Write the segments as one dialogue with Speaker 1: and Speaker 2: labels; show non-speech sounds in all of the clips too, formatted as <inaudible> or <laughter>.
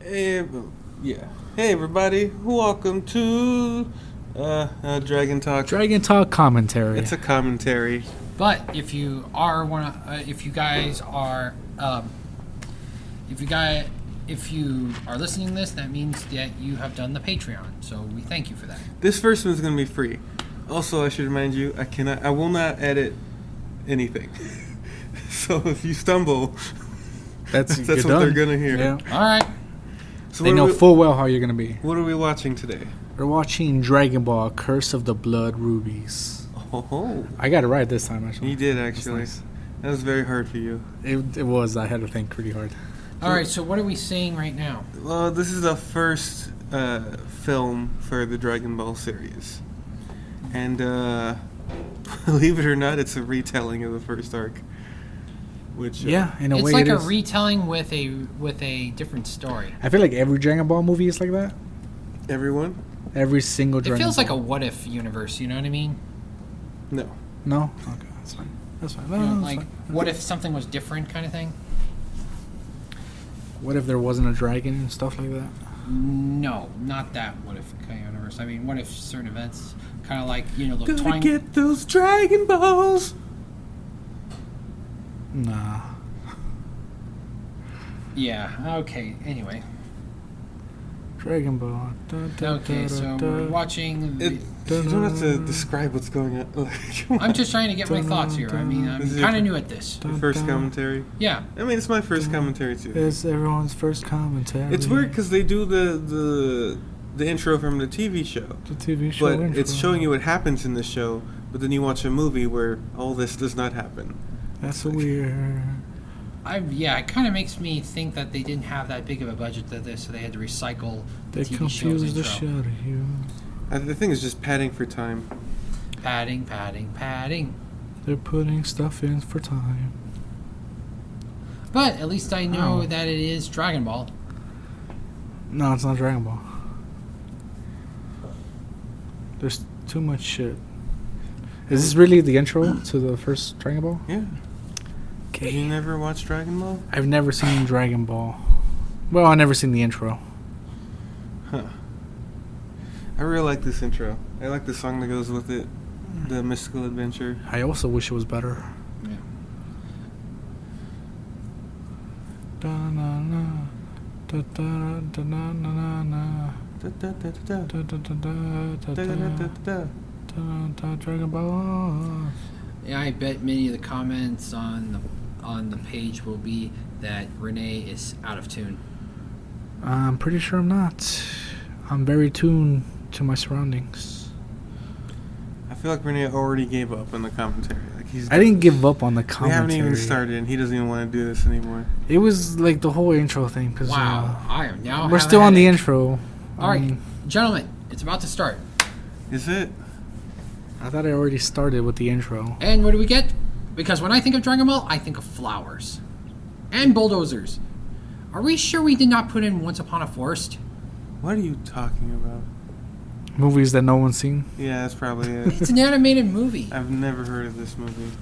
Speaker 1: Hey, every- yeah. Hey, everybody. Welcome to uh, uh, Dragon Talk.
Speaker 2: Dragon Talk commentary.
Speaker 1: It's a commentary.
Speaker 3: But if you are one, of- uh, if you guys are, um, if you guys, if you are listening to this, that means that you have done the Patreon. So we thank you for that.
Speaker 1: This first one's gonna be free. Also, I should remind you, I cannot, I will not edit anything. <laughs> so if you stumble, <laughs>
Speaker 2: that's
Speaker 1: That's
Speaker 2: you're
Speaker 1: what they're
Speaker 2: done.
Speaker 1: gonna hear.
Speaker 2: Yeah.
Speaker 3: All right.
Speaker 1: so
Speaker 2: They
Speaker 1: what,
Speaker 2: know
Speaker 1: are we,
Speaker 2: full well how you're gonna be.
Speaker 1: what are we watching today?
Speaker 2: We're watching Dragon Ball: Curse of the Blood Rubies.
Speaker 1: Oh,
Speaker 2: I got it right this time. Actually,
Speaker 1: you did actually. That was very hard for you.
Speaker 2: It, it was. I had to think pretty hard.
Speaker 3: All right. So what are we seeing right now?
Speaker 1: Well, this is the first uh, film for the Dragon Ball series, and uh, <laughs> believe it or not, it's a retelling of the first arc. Which uh,
Speaker 2: Yeah, in a
Speaker 3: it's
Speaker 2: way,
Speaker 3: like
Speaker 2: it
Speaker 3: a
Speaker 2: is.
Speaker 3: retelling with a with a different story.
Speaker 2: I feel like every Dragon Ball movie is like that.
Speaker 1: everyone?
Speaker 2: Every single
Speaker 3: It
Speaker 2: Dragon.
Speaker 3: feels like a
Speaker 2: Ball.
Speaker 3: what if universe. You know what I mean?
Speaker 1: No.
Speaker 2: no. Okay, that's fine. That's fine. No,
Speaker 3: You
Speaker 2: no,
Speaker 3: know,
Speaker 2: that's
Speaker 3: like
Speaker 2: fine.
Speaker 3: what if something was different, kind of thing.
Speaker 2: What if there wasn't a dragon and stuff like that?
Speaker 3: No, not that what if kind of universe. I mean, what if certain events, kind of like you know the
Speaker 1: Gotta
Speaker 3: twang.
Speaker 1: get those Dragon Balls.
Speaker 2: Nah.
Speaker 3: yeah. Okay. Anyway.
Speaker 2: Dragon Ball. Dun, dun,
Speaker 3: Okay,
Speaker 2: dun,
Speaker 3: so
Speaker 2: dun,
Speaker 3: we're
Speaker 2: dun.
Speaker 3: watching.
Speaker 1: It,
Speaker 3: The,
Speaker 1: you don't have to describe what's going on. <laughs> Like, come
Speaker 3: I'm
Speaker 1: on.
Speaker 3: just trying to get my thoughts here. I mean, I'm
Speaker 1: This is
Speaker 3: kind
Speaker 1: your-
Speaker 3: of new at this.
Speaker 1: Your first commentary.
Speaker 3: Yeah,
Speaker 1: I mean, it's my first commentary too.
Speaker 2: It's everyone's first commentary.
Speaker 1: It's weird because they do the the the intro from the TV show.
Speaker 2: the TV show.
Speaker 1: But it's showing you what happens in the show, but then you watch a movie where all this does not happen.
Speaker 2: That's weird.
Speaker 3: I yeah, it kind of makes me think that they didn't have that big of a budget that this, so they had to recycle the
Speaker 2: They
Speaker 3: TV show's
Speaker 2: confuse the
Speaker 3: intro.
Speaker 2: shit out of you.
Speaker 1: I, the thing is just padding for time.
Speaker 3: Padding, padding, padding.
Speaker 2: They're putting stuff in for time.
Speaker 3: But at least I know
Speaker 2: Oh.
Speaker 3: that it is Dragon Ball.
Speaker 2: No, it's not Dragon Ball. There's too much shit. Is this really the intro to the first Dragon Ball?
Speaker 1: Yeah. Have you never watched Dragon Ball?
Speaker 2: I've never seen Dragon Ball. Well, I've never seen the intro.
Speaker 1: I really like this intro. I like the song that goes with it, the mystical adventure.
Speaker 2: I also wish it was better.
Speaker 3: Yeah.
Speaker 2: Da-na-na, da-da-da, da-na-na-na,
Speaker 1: Da, da, da, da, da.
Speaker 2: da-da-da-da,
Speaker 1: Da, da, da, da,
Speaker 2: da-da,
Speaker 1: da, da.
Speaker 2: da-da, Dragon Ball.
Speaker 3: Yeah, I bet many of the comments on the on the page will be that Renee is out of tune.
Speaker 2: I'm pretty sure I'm not. I'm very tuned to my surroundings.
Speaker 1: I feel like Renee already gave up on the commentary. Like he's.
Speaker 2: I didn't give up on the
Speaker 1: We
Speaker 2: commentary.
Speaker 1: haven't even started, and he doesn't even want to do this anymore.
Speaker 2: It was like the whole intro thing. Cause,
Speaker 3: Wow, I am
Speaker 2: uh,
Speaker 3: now.
Speaker 2: we're
Speaker 3: have a
Speaker 2: still on the
Speaker 3: headache.
Speaker 2: intro.
Speaker 3: All right,
Speaker 2: mean,
Speaker 3: gentlemen, it's about to start.
Speaker 1: Is it?
Speaker 2: I thought I already started with the intro.
Speaker 3: And what do we get? Because when I think of Dragon Ball, I think of flowers and bulldozers. Are we sure we did not put in Once Upon
Speaker 2: <laughs>
Speaker 3: a Forest?
Speaker 1: What are you talking about?
Speaker 2: Movies that no one's seen.
Speaker 1: Yeah, that's probably
Speaker 2: <laughs>
Speaker 1: it.
Speaker 3: It's an animated movie.
Speaker 2: Um,
Speaker 1: I've never heard of this movie.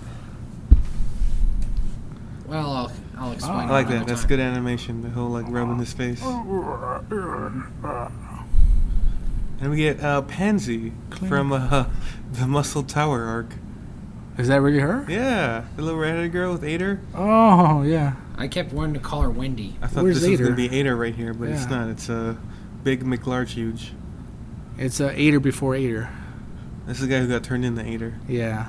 Speaker 3: Well, I'll, I'll
Speaker 2: Oh,
Speaker 3: explain.
Speaker 1: I like
Speaker 3: it another
Speaker 1: that. That's
Speaker 3: time.
Speaker 1: good animation. The whole like rubbing his face. And we get uh, Pansy
Speaker 2: Clink.
Speaker 1: from uh, <laughs> the Muscle Tower arc.
Speaker 2: Is that really her?
Speaker 1: Yeah, the little redheaded girl with Ader.
Speaker 2: Oh yeah.
Speaker 3: I kept wanting to call her Wendy.
Speaker 1: I thought
Speaker 2: Where's
Speaker 1: this was gonna
Speaker 2: Ader?
Speaker 1: be Ader right here, but it's
Speaker 2: Yeah.
Speaker 1: not. It's a uh, big McLarge huge.
Speaker 2: It's a eighter before eighter.
Speaker 1: This is the guy who got turned into Ader.
Speaker 2: Yeah.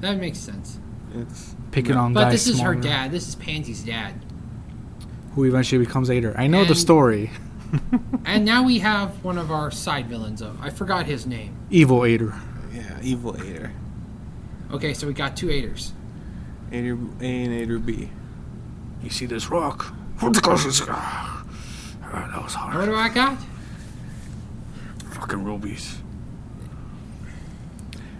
Speaker 3: That makes sense.
Speaker 1: it's
Speaker 2: Picking on
Speaker 3: But
Speaker 2: guys
Speaker 3: this is her
Speaker 2: smaller,
Speaker 3: dad. This is Pansy's dad.
Speaker 2: who eventually becomes eighter. I know the
Speaker 3: And-
Speaker 2: story.
Speaker 3: And now we have one of our side villains. Of, I forgot his name.
Speaker 2: Evil eighter.
Speaker 1: yeah, evil Ader.
Speaker 3: Okay, so we got two aiders.
Speaker 1: Ader A and Ader B.
Speaker 2: You see this rock? that Ah, was
Speaker 3: And what
Speaker 2: hard.
Speaker 3: do I got?
Speaker 2: Fucking rubies.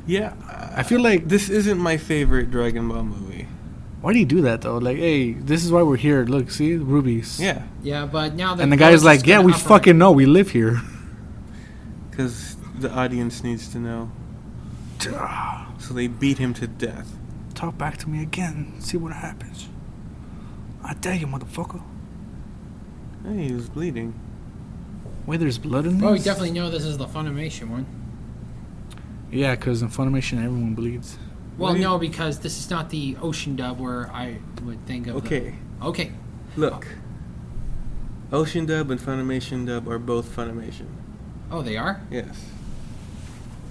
Speaker 1: Yeah,
Speaker 2: I feel like
Speaker 1: this isn't my favorite Dragon Ball movie.
Speaker 2: why do you do that though? Like, hey, this is why we're here. Look, see rubies.
Speaker 1: Yeah,
Speaker 3: Yeah, but now
Speaker 2: And the guy's
Speaker 3: Gohan's
Speaker 2: like, yeah,
Speaker 3: gonna
Speaker 2: we
Speaker 3: operate.
Speaker 2: fucking know. We live here.
Speaker 1: because the audience needs to know. So they beat him to death.
Speaker 2: <laughs> Talk back to me again. See what happens. I dare you, motherfucker.
Speaker 1: Hey, he was bleeding.
Speaker 2: Wait, there's blood in this?
Speaker 3: Well, we definitely know this is the Funimation one.
Speaker 2: Yeah, because in Funimation, everyone bleeds.
Speaker 3: Well,
Speaker 1: Wait.
Speaker 3: no, because this is not the ocean dub where I would think of. the-
Speaker 1: Okay,
Speaker 3: okay.
Speaker 1: look. Ocean Dub and Funimation Dub are both Funimation.
Speaker 3: Oh, they are.
Speaker 1: Yes.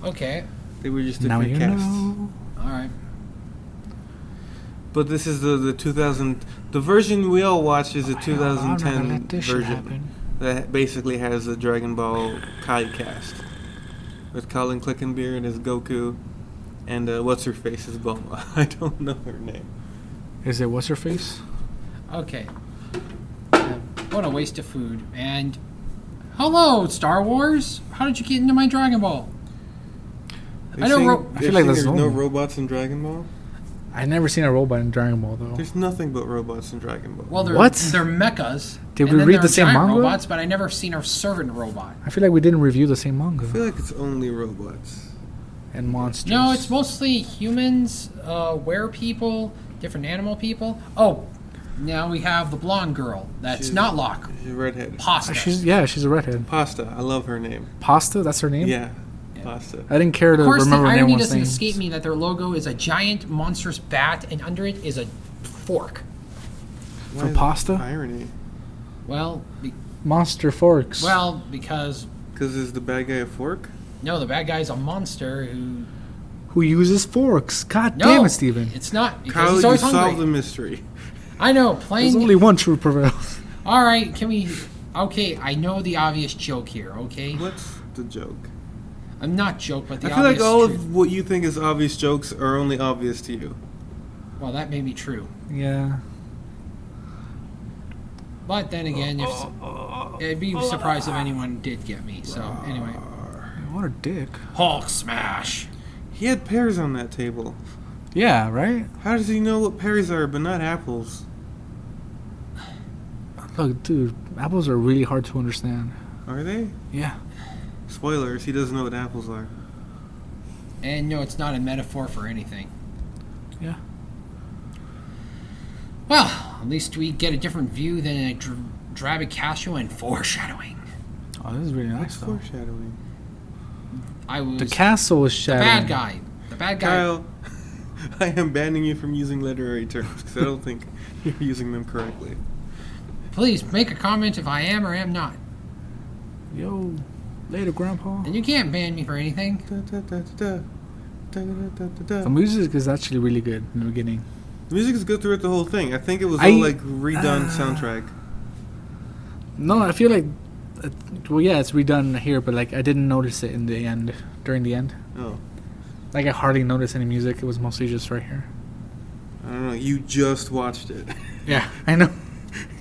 Speaker 3: Okay.
Speaker 1: They were just
Speaker 2: now
Speaker 1: different
Speaker 2: you
Speaker 1: casts.
Speaker 2: know.
Speaker 3: All right.
Speaker 1: But this is the, the 2000. The version we all watched is the
Speaker 2: Hell, I'm not gonna
Speaker 1: 2010
Speaker 2: let this shit
Speaker 1: version
Speaker 2: happen.
Speaker 1: that basically has the Dragon Ball Kai cast with Colin Clickenbeard as Goku and uh, what's her face as Bulma. <laughs> I don't know her name.
Speaker 2: Is it what's her face?
Speaker 3: Okay. Uh, What a waste of food. And hello, Star Wars. How did you get into my Dragon Ball?
Speaker 1: They're
Speaker 3: I know
Speaker 1: saying-
Speaker 3: ro-
Speaker 1: they're
Speaker 2: I feel like
Speaker 1: saying
Speaker 2: that's
Speaker 1: there's no
Speaker 2: normal.
Speaker 1: robots in Dragon Ball.
Speaker 2: I never seen a robot in Dragon Ball though.
Speaker 1: There's nothing but robots in Dragon Ball.
Speaker 3: Well, they're
Speaker 2: What?
Speaker 3: they're mechas.
Speaker 2: Did
Speaker 3: and
Speaker 2: we
Speaker 3: then
Speaker 2: read
Speaker 3: there
Speaker 2: the
Speaker 3: are
Speaker 2: same
Speaker 3: giant
Speaker 2: manga?
Speaker 3: Robots, but I never seen a servant robot.
Speaker 2: I feel like we didn't review the same manga
Speaker 1: I feel like it's only robots.
Speaker 2: and monsters.
Speaker 3: No, it's mostly humans, uh, were people, different animal people. Oh, now we have the blonde girl. That's
Speaker 1: She's-
Speaker 3: not Locke.
Speaker 1: She's redheaded.
Speaker 3: Pasta.
Speaker 2: Oh, She's yeah, she's a redhead.
Speaker 1: Pasta. I love her name.
Speaker 2: Pasta, that's her name.
Speaker 1: Yeah, Pasta.
Speaker 3: Uh,
Speaker 2: I didn't care to
Speaker 3: of course, the
Speaker 2: remember
Speaker 3: irony
Speaker 2: anyone's
Speaker 3: doesn't
Speaker 2: name.
Speaker 3: escape me that their logo is a giant, monstrous bat, and under it is a fork.
Speaker 1: Why is
Speaker 2: pasta?
Speaker 1: Irony.
Speaker 3: Well, be-
Speaker 2: Monster forks.
Speaker 3: well, because
Speaker 1: Because is the bad guy a fork?
Speaker 3: no, the bad guy's a monster who.
Speaker 2: who uses forks? God
Speaker 3: No,
Speaker 2: damn it, Steven.
Speaker 3: It's not because
Speaker 1: Kyle,
Speaker 3: he's
Speaker 1: you
Speaker 3: always
Speaker 1: solved the
Speaker 3: hungry.
Speaker 1: mystery.
Speaker 3: I know.
Speaker 2: There's
Speaker 3: Playing.
Speaker 2: only one true prevails.
Speaker 3: All right, can we? Okay, I know the obvious joke here. Okay,
Speaker 1: What's the joke?
Speaker 3: I'm not joke, but the
Speaker 1: I feel
Speaker 3: obvious
Speaker 1: like all
Speaker 3: truth.
Speaker 1: of what you think is obvious jokes are only obvious to you.
Speaker 3: Well, that may be true.
Speaker 2: <laughs> yeah.
Speaker 3: But then again, if,
Speaker 1: Oh,
Speaker 3: I'd be surprised if anyone did get me. So anyway,
Speaker 2: What a dick.
Speaker 3: Hulk smash.
Speaker 1: He had pears on that table.
Speaker 2: Yeah, right?
Speaker 1: How does he know what pears are but not apples?
Speaker 2: Look, dude, apples are really hard to understand.
Speaker 1: Are they?
Speaker 2: Yeah.
Speaker 1: Spoilers, he doesn't know what apples are.
Speaker 3: And no, it's not a metaphor for anything.
Speaker 2: Yeah.
Speaker 3: Well, at least we get a different view than a dr- Drabicasio and foreshadowing.
Speaker 2: Oh, this is really nice though.
Speaker 1: Foreshadowing.
Speaker 3: I was
Speaker 2: The castle is
Speaker 3: the
Speaker 2: shattered.
Speaker 3: bad guy. The bad guy.
Speaker 1: Kyle, <laughs> I am banning you from using literary terms because I don't think <laughs> you're using them correctly.
Speaker 3: Please make a comment if I am or am not.
Speaker 2: Yo, later, Grandpa.
Speaker 3: And you can't ban me for anything.
Speaker 1: Da, da, da, da, da. Da, da, da, da, da.
Speaker 2: The music is actually really good in the beginning.
Speaker 1: The music is good throughout the whole thing. I think it was
Speaker 2: I-
Speaker 1: all like redone
Speaker 2: <sighs> Ah.
Speaker 1: soundtrack.
Speaker 2: No, I feel like, uh, well, yeah, it's redone here, but like I didn't notice it in the end, during the end.
Speaker 1: Oh,
Speaker 2: Like I hardly noticed any music. It was mostly just right here.
Speaker 1: I don't know. You just watched it <laughs>
Speaker 2: Yeah, I know.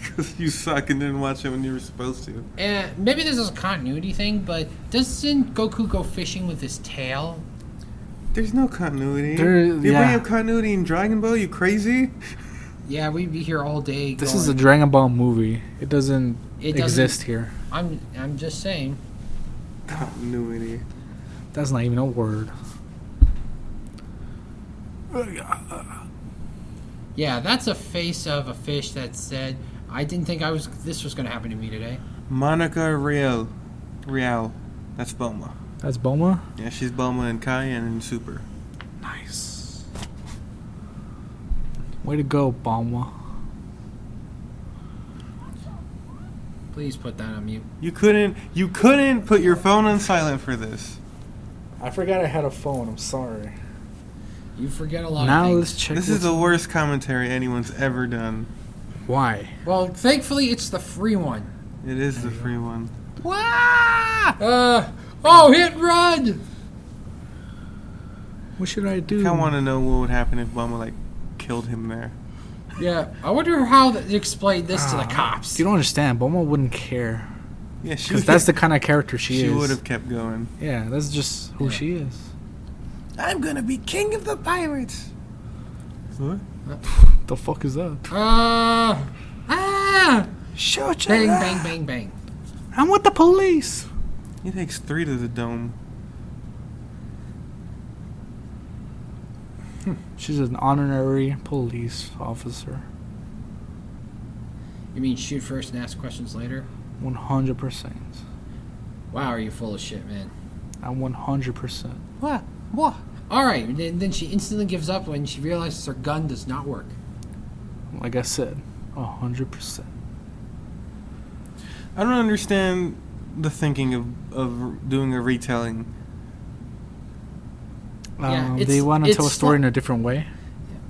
Speaker 1: because you suck and didn't watch it when you were supposed to.
Speaker 3: And Eh, maybe this is a continuity thing, but doesn't Goku go fishing with his tail?
Speaker 1: There's no continuity.
Speaker 2: There-
Speaker 1: you
Speaker 2: yeah.
Speaker 1: bring up continuity in Dragon Ball? You crazy?
Speaker 3: Yeah, we'd be here all day.
Speaker 2: <laughs> This
Speaker 3: going,
Speaker 2: is a Dragon Ball movie. It doesn't
Speaker 3: It doesn't-
Speaker 2: exist here.
Speaker 3: I'm I'm just saying.
Speaker 1: Continuity.
Speaker 2: That's not even a word.
Speaker 3: Yeah, that's a face of a fish that said, "I didn't think I was this was going to happen to me today."
Speaker 1: Monica Real, Real. That's Bulma.
Speaker 2: That's Boma.
Speaker 1: Yeah, she's Bulma and Kai and in Super.
Speaker 2: Nice. Way to go, Boma.
Speaker 3: Please put that on mute.
Speaker 1: You couldn't. You couldn't put your phone on silent for this.
Speaker 2: I forgot I had a phone. I'm sorry.
Speaker 3: You forget a lot.
Speaker 2: Now
Speaker 3: of
Speaker 2: let's
Speaker 3: things.
Speaker 2: check.
Speaker 1: This is the
Speaker 2: what's-
Speaker 1: worst commentary anyone's ever done.
Speaker 2: why.
Speaker 3: Well, thankfully it's the free one.
Speaker 1: It is the free one.
Speaker 2: Wah!
Speaker 3: Uh oh, hit run!
Speaker 2: What should I do?
Speaker 1: I want to know what would happen if Bulma like killed him there.
Speaker 3: Yeah, I wonder how th- they explained this to the
Speaker 2: Ah,
Speaker 3: cops.
Speaker 2: You don't understand. Boma wouldn't care
Speaker 1: Yeah, she.
Speaker 2: because that's the kind of character she,
Speaker 1: <laughs> She,
Speaker 2: is.
Speaker 1: would have kept going.
Speaker 2: Yeah, that's just who
Speaker 3: Yeah.
Speaker 2: she is.
Speaker 1: I'm gonna be king of the pirates. What?
Speaker 2: The fuck is that?
Speaker 3: uh ah!
Speaker 2: Shoot
Speaker 3: Bang bang bang bang.
Speaker 2: I'm with the police.
Speaker 1: He takes three to the dome.
Speaker 2: She's an honorary police officer.
Speaker 3: You mean shoot first and ask questions later?
Speaker 2: One hundred percent.
Speaker 3: Wow, are you full of shit, man?
Speaker 2: I'm one hundred percent.
Speaker 3: What? What? All right. and Then, then she instantly gives up when she realizes her gun does not work.
Speaker 2: Like I said, hundred percent.
Speaker 1: I don't understand the thinking of of doing a retelling.
Speaker 3: Yeah,
Speaker 2: Um,
Speaker 3: it's-
Speaker 2: they want to
Speaker 3: it's
Speaker 2: tell a story
Speaker 3: sli-
Speaker 2: in a different way.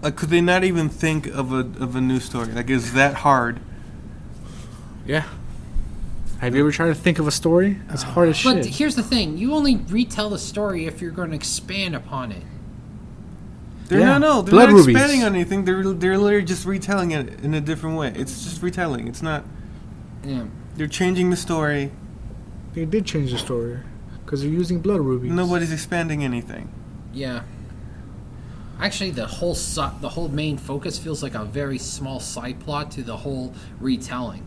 Speaker 1: Like, could they not even think of a of a new story? Like, is that hard?
Speaker 2: Yeah. Have you ever tried to think of a story? It's hard as
Speaker 3: But
Speaker 2: shit.
Speaker 3: here's the thing: you only retell the story if you're going to expand upon it.
Speaker 1: They're
Speaker 2: Yeah.
Speaker 1: not no, they're
Speaker 2: Blood
Speaker 1: not
Speaker 2: rubies.
Speaker 1: expanding on anything. They're they're literally just retelling it in a different way. It's just retelling. It's not.
Speaker 3: Yeah.
Speaker 1: They're changing the story.
Speaker 2: they did change the story because they're using blood rubies.
Speaker 1: Nobody's expanding anything.
Speaker 3: Yeah. Actually, the whole su- the whole main focus feels like a very small side plot to the whole retelling.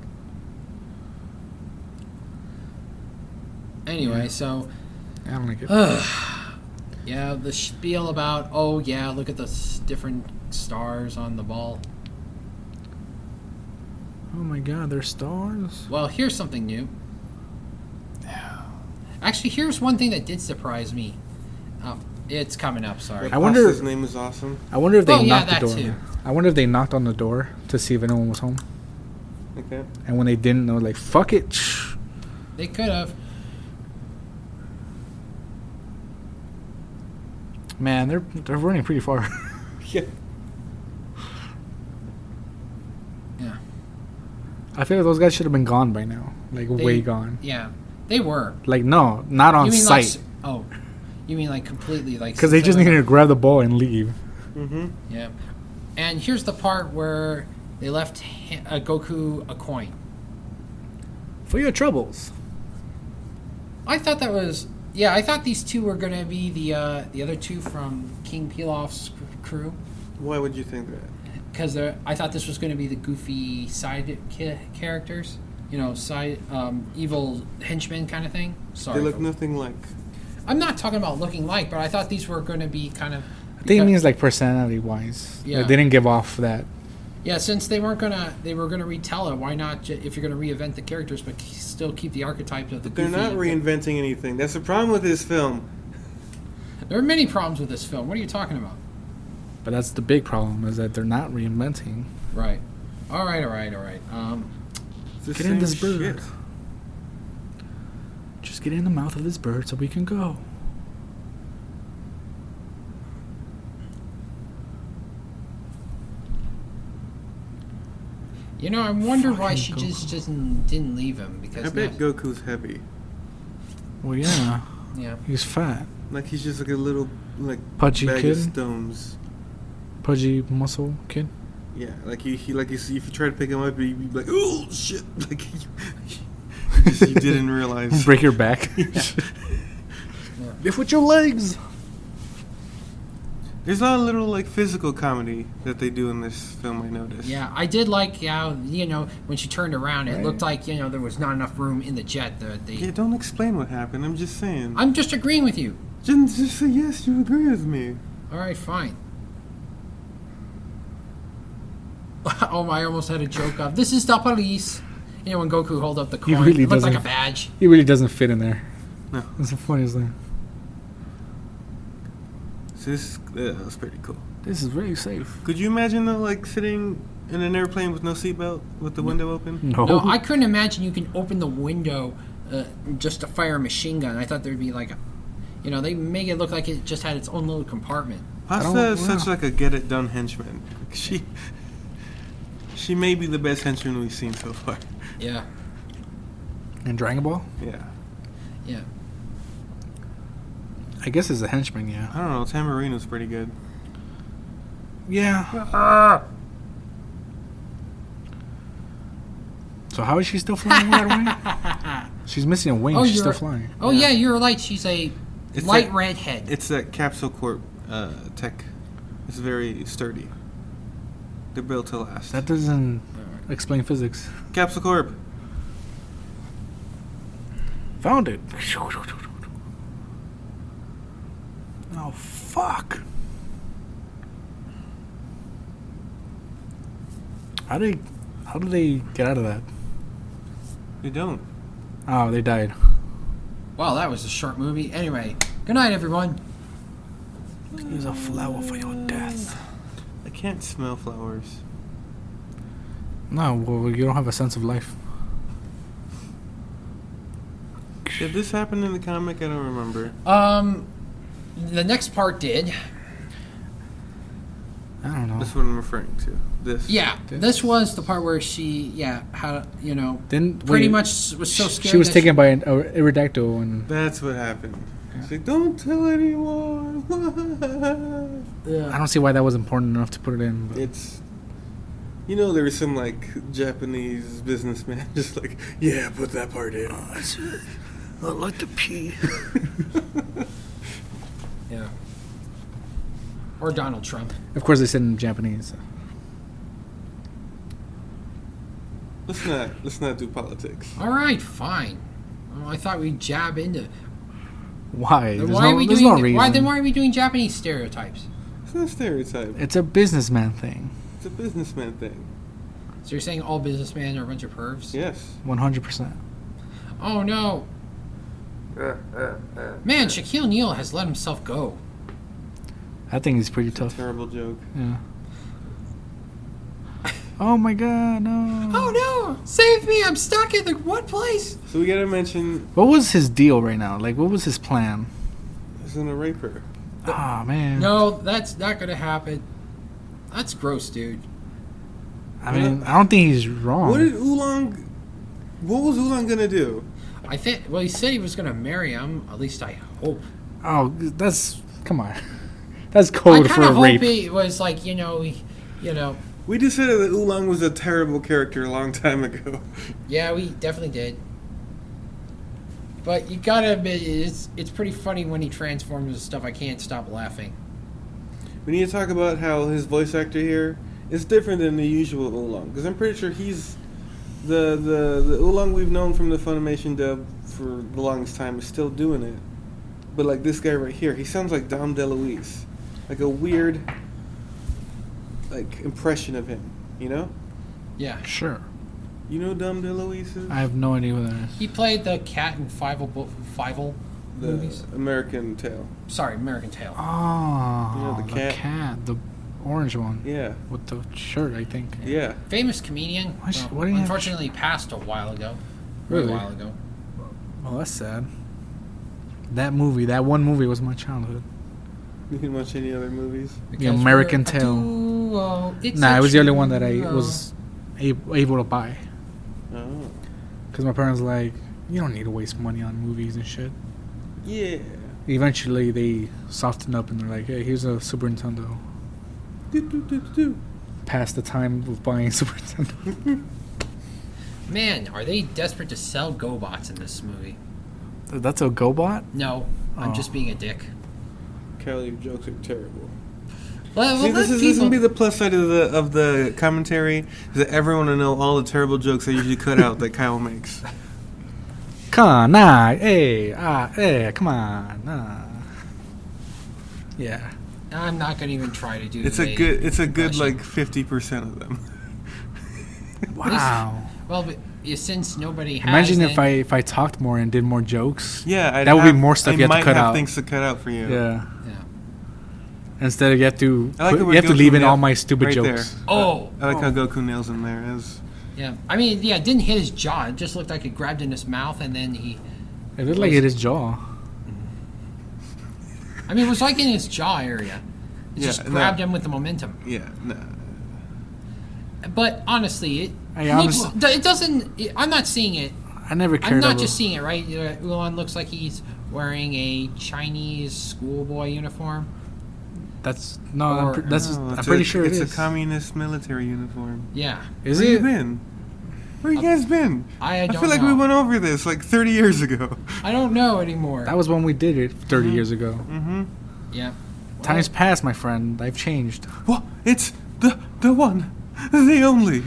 Speaker 3: Anyway, so
Speaker 2: I don't like it.
Speaker 3: yeah, the spiel about oh yeah, look at the s- different stars on the ball.
Speaker 2: oh my god, they're stars.
Speaker 3: Well, here's something new. Actually, here's one thing that did surprise me. Oh, it's coming up. Sorry.
Speaker 2: I wonder-
Speaker 1: His name is awesome.
Speaker 2: I wonder if they
Speaker 3: Oh, yeah,
Speaker 2: knocked
Speaker 3: that
Speaker 2: the door.
Speaker 3: too.
Speaker 2: I wonder if they knocked on the door to see if anyone was home.
Speaker 1: Like that.
Speaker 2: And when they didn't, they were like, "Fuck it."
Speaker 3: They could have.
Speaker 2: Man, they're they're running pretty far. <laughs>
Speaker 1: Yeah.
Speaker 3: Yeah.
Speaker 2: I feel like those guys should have been gone by now, like
Speaker 3: They-
Speaker 2: way gone.
Speaker 3: Yeah, they were.
Speaker 2: Like no, not on
Speaker 3: you mean like
Speaker 2: site
Speaker 3: s- oh, you mean like completely like
Speaker 2: because they
Speaker 3: since
Speaker 2: just
Speaker 3: went
Speaker 2: needed to grab the ball and leave.
Speaker 1: Mm-hmm.
Speaker 3: up- Yeah, and here's the part where they left Ha- uh, Goku a coin.
Speaker 2: For your troubles.
Speaker 3: I thought that was yeah. I thought these two were gonna be the uh, the other two from King Pilaf's cr- crew
Speaker 1: Why would you think that?
Speaker 3: because I thought this was gonna be the goofy side ca- characters. You know, side um, evil henchmen kind of thing. Sorry,
Speaker 1: They look
Speaker 3: folks.
Speaker 1: nothing like.
Speaker 3: I'm not talking about looking like, but I thought these were going to be kind of.
Speaker 2: I think it means like personality wise. Yeah.
Speaker 3: Yeah.
Speaker 2: they didn't give off that.
Speaker 3: Yeah, since they weren't gonna, they were gonna retell it. Why not? Ju- if you're gonna reinvent the characters, but k- still keep the archetypes of the.
Speaker 1: They're
Speaker 3: goofy-
Speaker 1: not reinventing anything. That's the problem with this film.
Speaker 3: There are many problems with this film. What are you talking about?
Speaker 2: But that's the big problem is that they're not reinventing.
Speaker 3: Right. All right. All right. All right. Um,
Speaker 1: It's the
Speaker 2: Get in
Speaker 1: same
Speaker 2: this bird.
Speaker 1: shit.
Speaker 2: Just get in the mouth of this bird so we can go.
Speaker 3: you know, I wonder why she
Speaker 2: Fucking
Speaker 3: just didn't didn't leave him because.
Speaker 1: I bet
Speaker 3: now-
Speaker 1: Goku's heavy.
Speaker 2: Well, yeah,
Speaker 3: yeah.
Speaker 2: he's fat,
Speaker 1: Like he's just like a little like
Speaker 2: Pudgy
Speaker 1: bag
Speaker 2: kid?
Speaker 1: of stones.
Speaker 2: pudgy muscle kid.
Speaker 1: Yeah, like he, he like you see if you try to pick him up, he'd be like, "Oh shit!" <laughs> Like you, you just you
Speaker 2: <laughs>
Speaker 1: didn't realize.
Speaker 2: Break your back. Lift with your legs.
Speaker 1: <laughs> There's a lot of little like physical comedy that they do in this film. I noticed.
Speaker 3: Yeah, I did like how you know when she turned around, it
Speaker 2: Right.
Speaker 3: looked like you know there was not enough room in the jet. The, the
Speaker 1: Yeah. Don't explain what happened. I'm just saying.
Speaker 3: I'm just agreeing with you.
Speaker 1: Just, just say yes. You agree with me.
Speaker 3: All right, fine. <laughs> oh my! I almost had a joke of this is the police. You know when Goku hold up the coin,
Speaker 2: really
Speaker 3: it looked like
Speaker 2: doesn't-
Speaker 3: a badge.
Speaker 2: He really doesn't fit in there.
Speaker 1: No.
Speaker 2: That's the funniest thing.
Speaker 1: So this yeah, that's pretty cool.
Speaker 2: This is very safe.
Speaker 1: Could you imagine though, like sitting in an airplane with no seatbelt, with the window open?
Speaker 2: No. <laughs>
Speaker 3: No, I couldn't imagine you can open the window uh, just to fire a machine gun. I thought there'd be like, a, you know, they make it look like it just had its own little compartment.
Speaker 1: Pasta
Speaker 2: don't-
Speaker 1: is such
Speaker 2: wow.
Speaker 1: like a get it done henchman. <laughs> She she may be the best henchman we've seen so far. <laughs>
Speaker 3: Yeah,
Speaker 2: and Dragon Ball?
Speaker 1: Yeah.
Speaker 3: yeah.
Speaker 2: I guess it's a henchman, yeah.
Speaker 1: I don't know. Tamarino's pretty good.
Speaker 2: Yeah. So how is she still flying that <laughs> way? She's missing a wing.
Speaker 3: Oh,
Speaker 2: She's still
Speaker 3: you're-
Speaker 2: flying.
Speaker 3: Oh yeah, you're right. She's a
Speaker 1: It's
Speaker 3: light
Speaker 1: like-
Speaker 3: redhead.
Speaker 1: It's that Capsule Corp uh, tech. It's very sturdy. They're built to last.
Speaker 2: That doesn't explain physics.
Speaker 1: Capsule Corp.
Speaker 2: Found it. Oh fuck! How did How do they get out of that?
Speaker 1: You don't.
Speaker 2: Oh, they died.
Speaker 3: Wow, that was a short movie. Anyway, good night, everyone.
Speaker 2: Use a flower for your death.
Speaker 1: I can't smell flowers.
Speaker 2: No, well, you don't have a sense of life.
Speaker 1: Did this happen in the comic? I don't remember.
Speaker 3: Um, the next part did.
Speaker 2: I don't know.
Speaker 1: That's what I'm referring to. This.
Speaker 3: Yeah, this was the part where she, yeah, had you know,
Speaker 2: Didn't
Speaker 3: pretty
Speaker 2: wait,
Speaker 3: much was so
Speaker 2: sh-
Speaker 3: scared.
Speaker 2: She was
Speaker 3: that
Speaker 2: taken by an uh, Iridacto and
Speaker 1: That's what happened. She's like, don't tell anyone.
Speaker 2: I don't see why that was important enough to put it in.
Speaker 1: <laughs>
Speaker 2: But
Speaker 1: It's you know there was some like Japanese businessman <laughs> just like yeah put that part in.
Speaker 2: I like to pee.
Speaker 3: Yeah. Or Donald Trump.
Speaker 2: <laughs> Of course, they said in Japanese.
Speaker 1: let's not let's not do politics.
Speaker 3: All right, fine. Well, I thought we'd jab into.
Speaker 2: Why?
Speaker 3: Then
Speaker 2: There's
Speaker 3: why
Speaker 2: no,
Speaker 3: are we
Speaker 2: there's
Speaker 3: doing?
Speaker 2: no
Speaker 3: th-
Speaker 2: reason.
Speaker 3: Why then? Why are we doing Japanese stereotypes?
Speaker 1: It's not a stereotype.
Speaker 2: It's a businessman thing.
Speaker 1: It's a businessman thing.
Speaker 3: So you're saying all businessmen are a bunch of pervs?
Speaker 1: Yes.
Speaker 2: 100%.
Speaker 3: Oh no, man! Shaquille O'Neal has let himself go.
Speaker 2: I think he's pretty tough.
Speaker 1: Terrible joke.
Speaker 2: Yeah. Oh my god, no.
Speaker 3: Oh no! Save me! I'm stuck in the one place.
Speaker 1: So we gotta mention
Speaker 2: What was his deal right now? Like, what was his plan?
Speaker 1: isn't a raper.
Speaker 2: Ah, man.
Speaker 3: No, that's not gonna happen. That's gross, dude.
Speaker 2: I mean, I don't think he's wrong.
Speaker 1: What did Oolong? What was Oolong gonna do?
Speaker 3: I think. Well, he said he was gonna marry him. At least I hope.
Speaker 2: oh, that's. Come on. <laughs> That's
Speaker 3: I
Speaker 2: code
Speaker 3: kind
Speaker 2: for
Speaker 3: of
Speaker 2: a
Speaker 3: hope
Speaker 2: rape.
Speaker 3: he was like, you know, he, you know,
Speaker 1: We decided that Oolong was a terrible character a long time ago. <laughs>
Speaker 3: yeah, we definitely did. But you gotta admit, it's it's pretty funny when he transforms and stuff. I can't stop laughing.
Speaker 1: We need to talk about how his voice actor here is different than the usual Oolong, because I'm pretty sure he's the the the Oolong we've known from the Funimation dub for the longest time is still doing it. But like this guy right here, he sounds like Dom DeLuise, like a weird like impression of him. You know,
Speaker 3: Yeah,
Speaker 2: Sure.
Speaker 1: you know who Dom DeLuise is
Speaker 2: I have no idea what that is.
Speaker 3: he played the cat in Fievel Bo- Fievel
Speaker 1: the
Speaker 3: movies.
Speaker 1: American Tale.
Speaker 3: Sorry, American Tail.
Speaker 2: Oh,
Speaker 1: the
Speaker 2: the,
Speaker 1: cat.
Speaker 2: cat. the orange one
Speaker 1: Yeah,
Speaker 2: with the shirt, I think.
Speaker 1: yeah.
Speaker 3: Famous comedian.
Speaker 2: Why sh-
Speaker 3: Well,
Speaker 2: why do you have-
Speaker 3: unfortunately, passed a while ago. A
Speaker 2: Really?
Speaker 3: while ago.
Speaker 2: Well, that's sad. That movie, that one movie, was my childhood.
Speaker 1: You can watch any other movies.
Speaker 3: Because
Speaker 2: American
Speaker 3: we're a
Speaker 2: Tail.
Speaker 3: duo, it's
Speaker 2: nah,
Speaker 3: a
Speaker 2: it was the only one that I
Speaker 3: duo.
Speaker 2: was ab- able to buy
Speaker 1: Oh,
Speaker 2: because my parents were like, you don't need to waste money on movies and shit.
Speaker 1: yeah.
Speaker 2: Eventually, they softened up and they're like, hey, here's a Super Nintendo.
Speaker 1: Do, do, do, do, do.
Speaker 2: Pass the time of buying <laughs> a Super Nintendo.
Speaker 3: Man, are they desperate to sell GoBots in this movie?
Speaker 2: That's a GoBot.
Speaker 3: No, I'm
Speaker 2: Oh.
Speaker 3: just being a dick.
Speaker 1: Kelly, your jokes are terrible.
Speaker 3: Well,
Speaker 1: See,
Speaker 3: well,
Speaker 1: this is
Speaker 3: let
Speaker 1: this
Speaker 3: people-
Speaker 1: would be the plus side of the of the commentary is that everyone will know all the terrible jokes I usually cut out that Kyle
Speaker 2: <laughs>
Speaker 1: makes.
Speaker 2: Come on, nah, hey, ah, hey, come on, nah. Yeah.
Speaker 3: I'm not gonna even try to do.
Speaker 1: It's
Speaker 3: the-
Speaker 1: a good it's a good
Speaker 3: impression.
Speaker 1: like fifty percent of them.
Speaker 2: Wow.
Speaker 3: Well, but, yeah, since nobody has.
Speaker 2: Imagine if
Speaker 3: then-
Speaker 2: I if I talked more and did more jokes.
Speaker 1: Yeah, I'd
Speaker 2: That would be
Speaker 1: have-
Speaker 2: more stuff
Speaker 1: I
Speaker 2: you have to
Speaker 1: might
Speaker 2: cut out.
Speaker 1: Things to cut out for you.
Speaker 2: Yeah.
Speaker 3: Yeah.
Speaker 2: Instead of you have to
Speaker 1: I like
Speaker 2: put-
Speaker 1: that we're
Speaker 2: you have to
Speaker 1: Goku
Speaker 2: leave in
Speaker 1: now.
Speaker 2: all my stupid
Speaker 1: Right
Speaker 2: jokes.
Speaker 1: there.
Speaker 3: Oh,
Speaker 1: I like how Goku nails him there. That's-
Speaker 3: yeah. I mean, yeah, it didn't hit his jaw. It just looked like it grabbed in his mouth, and then he.
Speaker 2: It looked like it is jaw.
Speaker 3: I mean, it was like in his jaw area. It
Speaker 1: Yeah,
Speaker 3: just
Speaker 1: no.
Speaker 3: grabbed him with the momentum.
Speaker 1: yeah, no.
Speaker 3: But honestly, it.
Speaker 2: I
Speaker 3: look-
Speaker 2: honest-
Speaker 3: it doesn't. It, I'm not seeing it.
Speaker 2: I never cared
Speaker 3: I'm not
Speaker 2: about-
Speaker 3: just seeing it, right? Uh, Ulan looks like he's wearing a Chinese schoolboy uniform.
Speaker 2: That's no. I'm
Speaker 3: Or-
Speaker 2: pre- that's
Speaker 1: No,
Speaker 2: I'm
Speaker 1: it's
Speaker 2: pretty
Speaker 1: a,
Speaker 2: sure it
Speaker 1: it's
Speaker 2: is.
Speaker 1: a communist military uniform.
Speaker 3: Yeah.
Speaker 2: is
Speaker 1: Where you
Speaker 2: it?
Speaker 1: been? Where you guys been?
Speaker 3: I
Speaker 1: I
Speaker 3: don't
Speaker 1: feel like we
Speaker 3: know.
Speaker 1: went over this like thirty years ago.
Speaker 3: I don't know anymore.
Speaker 2: That was when we did it 30 years ago.
Speaker 1: Mm-hmm.
Speaker 3: yeah.
Speaker 2: Times passed, my friend. I've changed.
Speaker 1: What? It's the the one, the only.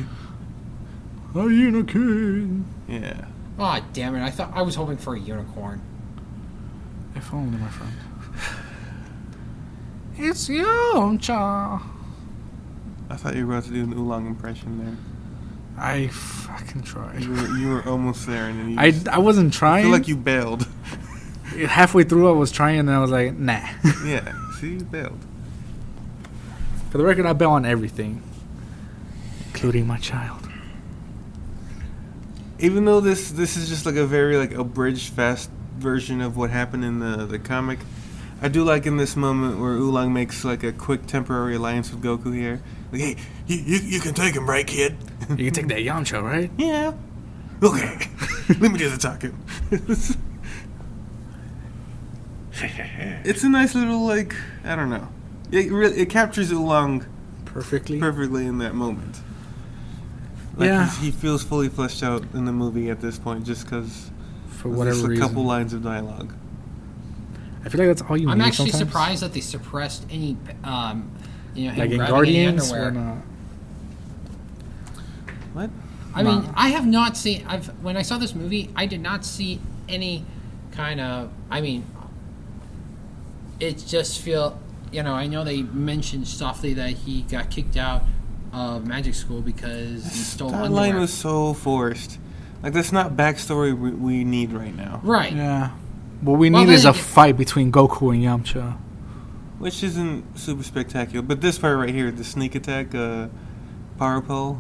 Speaker 2: Are you not kidding?
Speaker 1: Yeah.
Speaker 3: Ah, damn it! I thought I was hoping for a unicorn.
Speaker 2: If only, my friend. <sighs> It's you, cha.
Speaker 1: I thought you were about to do an oolong impression there.
Speaker 2: I fucking tried.
Speaker 1: You were, you were almost there, and then you
Speaker 2: I,
Speaker 1: just-
Speaker 2: I wasn't
Speaker 1: I
Speaker 2: trying.
Speaker 1: feel like you bailed.
Speaker 2: halfway through I was trying and I was like, <laughs> nah.
Speaker 1: <laughs> yeah, see, you bailed.
Speaker 2: For the record, I bail on everything, including my child.
Speaker 1: Even though this this is just like a very like abridged, fast version of what happened in the the comic, I do like in this moment where Oolong makes like a quick temporary alliance with Goku here. Like, hey, you you, you can take him, right, kid?
Speaker 2: You can take that Yamcha, right?
Speaker 1: Yeah. Okay. <laughs> Let me do the talking. it's a nice little like I don't know. It really it captures Oolong
Speaker 2: Perfectly.
Speaker 1: perfectly in that moment. Like
Speaker 2: Yeah.
Speaker 1: he's- he feels fully fleshed out in the movie at this point, just because
Speaker 2: For
Speaker 1: just
Speaker 2: whatever
Speaker 1: a
Speaker 2: reason.
Speaker 1: couple lines of dialogue.
Speaker 2: I feel like that's all you
Speaker 3: I'm
Speaker 2: need
Speaker 3: actually
Speaker 2: sometimes.
Speaker 3: surprised that they suppressed any, um, you know, him
Speaker 2: Like in
Speaker 3: grabbing
Speaker 2: Guardians,
Speaker 3: any
Speaker 2: we're
Speaker 3: underwear.
Speaker 2: not.
Speaker 1: What?
Speaker 3: I mean,
Speaker 2: Nah.
Speaker 3: I have not seen. I've when I saw this movie, I did not see any kind of. I mean, it just feel. You know, I know they mentioned softly that he got kicked out of magic school because he stole
Speaker 1: that
Speaker 3: underwear.
Speaker 1: line was so forced. Like that's not backstory we, we need right now,
Speaker 3: right.
Speaker 2: Yeah. What we
Speaker 3: Well,
Speaker 2: need is
Speaker 3: then
Speaker 2: a
Speaker 3: again-
Speaker 2: fight between Goku and Yamcha.
Speaker 1: which isn't super spectacular. But this part right here, the sneak attack, uh, power pole,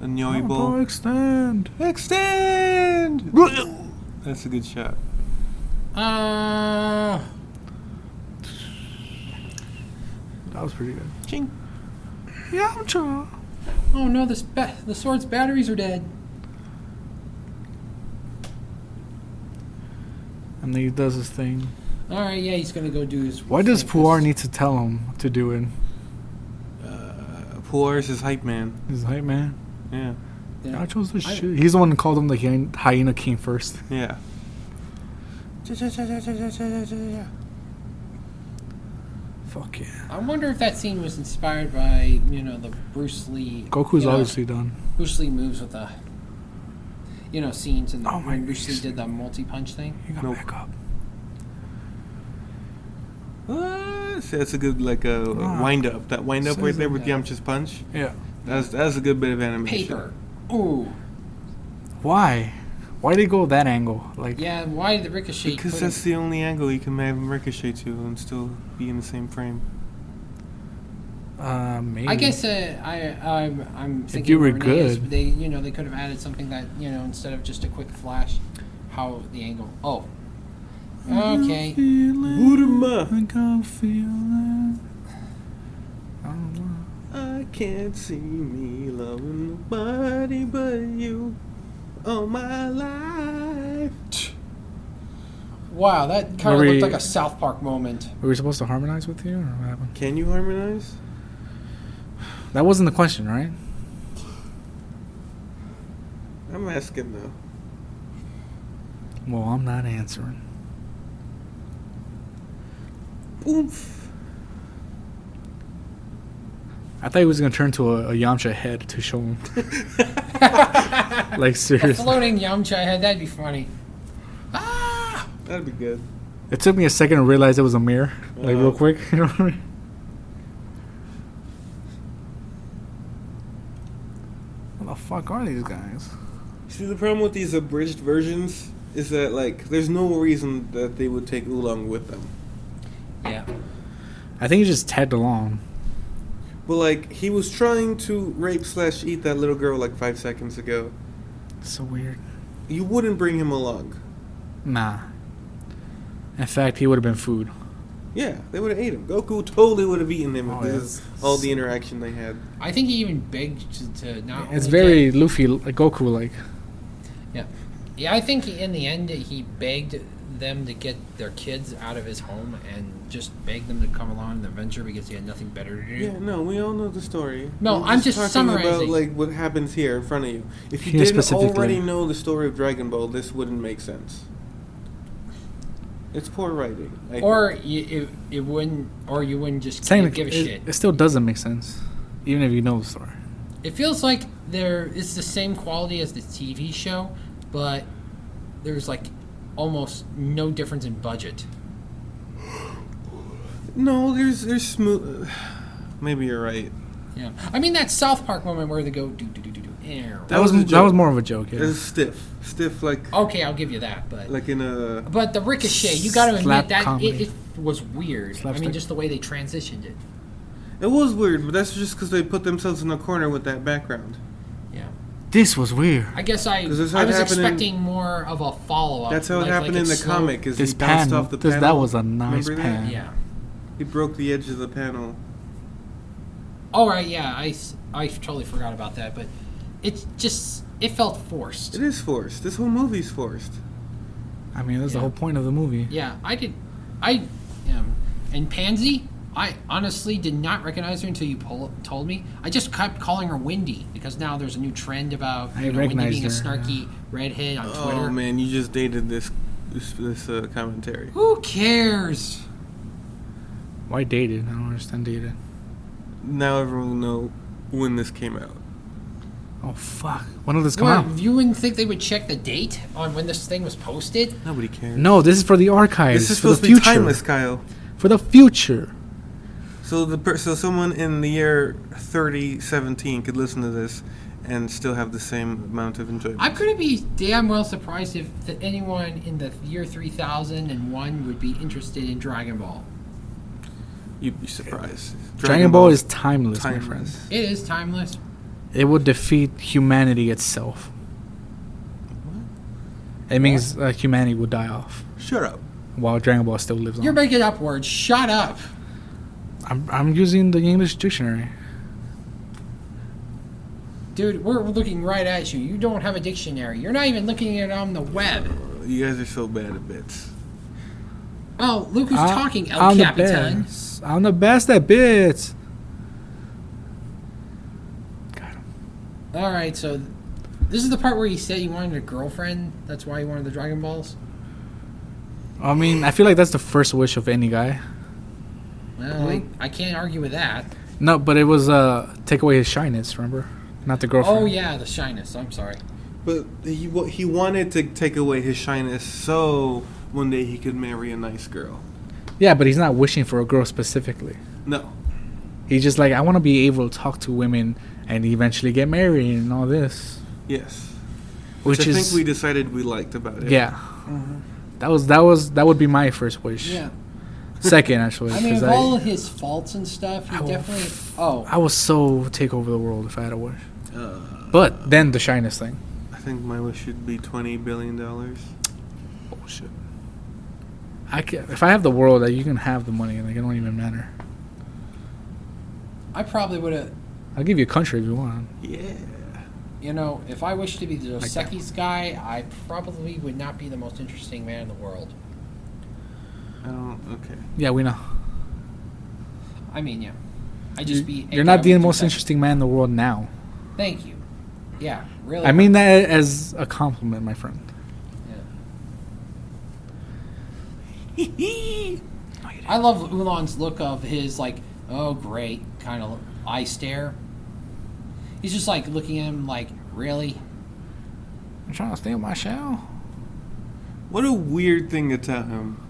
Speaker 1: a nyoi
Speaker 2: Power
Speaker 1: ball,
Speaker 2: Oh, extend.
Speaker 1: extend. That's a good shot.
Speaker 3: Uh,
Speaker 2: That was pretty good.
Speaker 1: Ching.
Speaker 2: Yamcha.
Speaker 3: oh no, this ba- the sword's batteries are dead.
Speaker 2: And then he does his thing.
Speaker 3: All right, yeah, he's gonna go do his.
Speaker 2: Why does
Speaker 3: thing.
Speaker 2: Puar need to tell him to do it?
Speaker 1: Uh, Polaris is hype man.
Speaker 2: He's like, man,
Speaker 1: Yeah,
Speaker 3: Yeah.
Speaker 2: I chose this
Speaker 3: I-
Speaker 2: shit. He's the one who called him the hyen- hyena king first.
Speaker 1: yeah.
Speaker 2: Fuck yeah.
Speaker 3: I wonder if that scene was inspired by you know the Bruce Lee.
Speaker 2: Goku's
Speaker 3: you know,
Speaker 2: obviously done.
Speaker 3: Bruce Lee moves with the, you know, scenes and
Speaker 2: Oh my
Speaker 3: when Bruce Lee
Speaker 2: goodness.
Speaker 3: did the multi-punch thing.
Speaker 2: He got
Speaker 1: Nope.
Speaker 2: back up.
Speaker 1: Ah, See, that's a good like uh,
Speaker 2: Ah.
Speaker 1: wind up. That wind up
Speaker 2: So
Speaker 1: right
Speaker 2: is
Speaker 1: there
Speaker 2: it-
Speaker 1: with Yamcha's punch.
Speaker 2: Yeah.
Speaker 1: That's that's a good bit of animation.
Speaker 3: Paper. Ooh,
Speaker 2: Why? Why did he go that angle? Like,
Speaker 3: yeah. Why did the ricochet?
Speaker 1: Because
Speaker 3: put
Speaker 1: that's
Speaker 3: him-
Speaker 1: the only angle you can have him ricochet to and still be in the same frame.
Speaker 2: uh, maybe.
Speaker 3: I guess uh, I I'm, I'm thinking
Speaker 2: you were
Speaker 3: Renee's,
Speaker 2: good.
Speaker 3: but They you know they could have added something that you know instead of just a quick flash, how the angle. Oh, okay.
Speaker 1: Burma,
Speaker 2: Think I'm feeling. I don't know.
Speaker 1: I can't see me loving nobody but you all my life.
Speaker 3: Wow, that kind of
Speaker 2: Marie-
Speaker 3: looked like a South Park moment.
Speaker 2: Were we supposed to harmonize with you, or what happened?
Speaker 1: Can you harmonize?
Speaker 2: That wasn't the question, right?
Speaker 1: I'm asking though.
Speaker 2: Well, I'm not answering.
Speaker 1: Oomph.
Speaker 2: I thought he was gonna turn to a, a Yamcha head to show <laughs> him. like seriously,
Speaker 3: Floating Yamcha head, that'd be funny. Ah!
Speaker 1: That'd be good.
Speaker 2: it took me a second to realize it was a mirror. Like
Speaker 1: Uh-huh.
Speaker 2: real quick, <laughs> you know what I mean? What the fuck are these guys?
Speaker 1: See, the problem with these abridged versions is that like there's no reason that they would take Oolong with them.
Speaker 3: Yeah.
Speaker 2: I think he just tagged along.
Speaker 1: But like he was trying to rape slash eat that little girl like five seconds ago.
Speaker 2: so weird.
Speaker 1: You wouldn't bring him along.
Speaker 2: Nah. In fact, he would have been food.
Speaker 1: Yeah, they would have ate him. Goku totally would have eaten him
Speaker 2: Oh,
Speaker 1: if this is
Speaker 2: yes.
Speaker 1: all the interaction they had.
Speaker 3: I think he even begged to, to not.
Speaker 2: It's
Speaker 3: only
Speaker 2: very Luffy, like Goku, like.
Speaker 3: get- yeah, I think in the end he begged them to get their kids out of his home and just begged them to come along on the adventure because he had nothing better to do.
Speaker 1: Yeah, no, we all know the story.
Speaker 3: No,
Speaker 1: We're
Speaker 3: I'm just
Speaker 1: talking about
Speaker 3: summarizing.
Speaker 1: like what happens here in front of you. If you
Speaker 2: Here
Speaker 1: didn't
Speaker 2: specifically.
Speaker 1: already know the story of Dragon Ball, this wouldn't make sense. It's poor writing. I
Speaker 3: Or
Speaker 1: think.
Speaker 3: you, it, it wouldn't, or you wouldn't just
Speaker 2: Technically,
Speaker 3: give a
Speaker 2: it,
Speaker 3: shit.
Speaker 2: it still doesn't make sense, even if you know the story.
Speaker 3: It feels like there it's the same quality as the TV show, but there's like almost no difference in budget.
Speaker 1: no, there's there's smooth. <sighs> Maybe you're right.
Speaker 3: Yeah, I mean that South Park moment where they go do do do do do. Ew.
Speaker 2: That was
Speaker 1: was a
Speaker 2: that was
Speaker 1: joke.
Speaker 2: more of a joke.
Speaker 1: It
Speaker 2: Yeah.
Speaker 1: was stiff, stiff like
Speaker 3: Okay, I'll give you that, but
Speaker 1: like in a
Speaker 3: but the ricochet, you got to
Speaker 2: Slap
Speaker 3: admit that it,
Speaker 2: comedy.
Speaker 3: it was weird. I mean,
Speaker 2: Slapstick.
Speaker 3: just the way they transitioned it.
Speaker 1: It was weird, but that's just because they put themselves in a corner with that background.
Speaker 3: Yeah,
Speaker 2: This was weird.
Speaker 3: I guess I I
Speaker 1: 'Cause that's
Speaker 3: was
Speaker 1: how it happened in-
Speaker 3: expecting more of a follow up.
Speaker 1: That's how it happened in the comic. Is
Speaker 2: This
Speaker 1: he bounced
Speaker 2: pan-
Speaker 1: off the
Speaker 2: this-
Speaker 1: panel?
Speaker 2: that was a nice
Speaker 1: Remember
Speaker 2: pan.
Speaker 1: That?
Speaker 3: Yeah.
Speaker 1: He broke the edge of the panel.
Speaker 3: All right. Yeah, I s- I totally forgot about that, but it's just it felt forced.
Speaker 1: It is forced. This whole movie's forced.
Speaker 2: I mean, that's the
Speaker 3: Yeah.
Speaker 2: whole point of the movie.
Speaker 3: Yeah, I did. I um, and Pansy, I honestly did not recognize her until you pol- told me. I just kept calling her Wendy because now there's a new trend about
Speaker 2: I
Speaker 3: you know, Wendy
Speaker 2: recognized
Speaker 3: being a
Speaker 2: her,
Speaker 3: snarky redhead on
Speaker 1: Oh
Speaker 3: Twitter.
Speaker 1: man, you just dated this this, this uh, commentary.
Speaker 3: Who cares?
Speaker 2: Why dated? I don't understand dated.
Speaker 1: Now everyone will know when this came out.
Speaker 2: Oh fuck! When will this come
Speaker 3: What,
Speaker 2: out?
Speaker 3: you wouldn't think they would check the date on when this thing was posted?
Speaker 1: Nobody cares.
Speaker 2: No, this is for the archives.
Speaker 1: this is
Speaker 2: for the
Speaker 1: supposed to be
Speaker 2: future.
Speaker 1: timeless, Kyle.
Speaker 2: For the future.
Speaker 1: So the per- so someone in the year thirty seventeen could listen to this and still have the same amount of enjoyment.
Speaker 3: I'm gonna be damn well surprised if th- anyone in the year 3001 would be interested in Dragon Ball.
Speaker 1: You'd be surprised.
Speaker 2: Dragon, Ball, is timeless, my friend.
Speaker 1: timeless.
Speaker 3: It is timeless.
Speaker 2: It would defeat humanity itself. It means uh, humanity would die off
Speaker 1: Shut up.
Speaker 2: while Dragon Ball still lives
Speaker 3: You're
Speaker 2: on.
Speaker 3: making up words. Shut up.
Speaker 2: I'm, I'm using the English dictionary.
Speaker 3: Dude, we're looking right at you. You don't have a dictionary. You're not even looking at it on the web.
Speaker 1: You guys are so bad at bits.
Speaker 3: Oh, look who's
Speaker 2: I-
Speaker 3: talking, El
Speaker 2: I'm Uh, The
Speaker 3: Capitan.
Speaker 2: best. I'm the best at bits. God,
Speaker 3: All right, so th- this is the part where you said you wanted a girlfriend. That's why you wanted the Dragon Balls.
Speaker 2: I mean, I feel like that's the first wish of any guy.
Speaker 3: Well, I-
Speaker 2: Mm-hmm.
Speaker 3: I can't argue with that.
Speaker 2: No, but it was uh, take away his shyness. Remember, not the girlfriend.
Speaker 3: Oh yeah, the shyness. I'm sorry.
Speaker 1: But he wa- he wanted to take away his shyness so one day he could marry a nice girl.
Speaker 2: Yeah, but he's not wishing for a girl specifically.
Speaker 1: No,
Speaker 2: He's just like, I want to be able to talk to women and eventually get married and all this,
Speaker 1: yes,
Speaker 2: which
Speaker 1: I
Speaker 2: is
Speaker 1: think we decided we liked about it.
Speaker 2: yeah. That was that was that would be my first wish.
Speaker 3: Yeah.
Speaker 2: <laughs> Second actually,
Speaker 3: I mean,
Speaker 2: because
Speaker 3: of
Speaker 2: I,
Speaker 3: all his faults and stuff, he
Speaker 2: I will-
Speaker 3: definitely. Oh,
Speaker 2: I was so take over the world if I had a wish.
Speaker 1: Uh,
Speaker 2: But then the shyness thing.
Speaker 1: I think my wish should be twenty billion dollars.
Speaker 2: Oh shit. I can, if I have the world, like, you can have the money. Like it don't even matter.
Speaker 3: I probably would have.
Speaker 2: I'll give you a country if you want.
Speaker 1: Yeah.
Speaker 3: You know, if I wished to be the Dos
Speaker 2: that.
Speaker 3: Equis guy, I probably would not be the most interesting man in the world.
Speaker 1: I don't. Okay.
Speaker 2: Yeah, we know.
Speaker 3: I mean, yeah. I just be. a
Speaker 2: You're
Speaker 3: guy
Speaker 2: not the
Speaker 3: with
Speaker 2: most
Speaker 3: two
Speaker 2: interesting man in the world now.
Speaker 3: seconds. Thank you. Yeah, really.
Speaker 2: I mean that as a compliment, my friend.
Speaker 3: <laughs> I love Ulan's look of his like, oh great, kind of eye stare. He's just like looking at him like, really?
Speaker 2: I'm trying to stay in my shell.
Speaker 1: What a weird thing to tell him.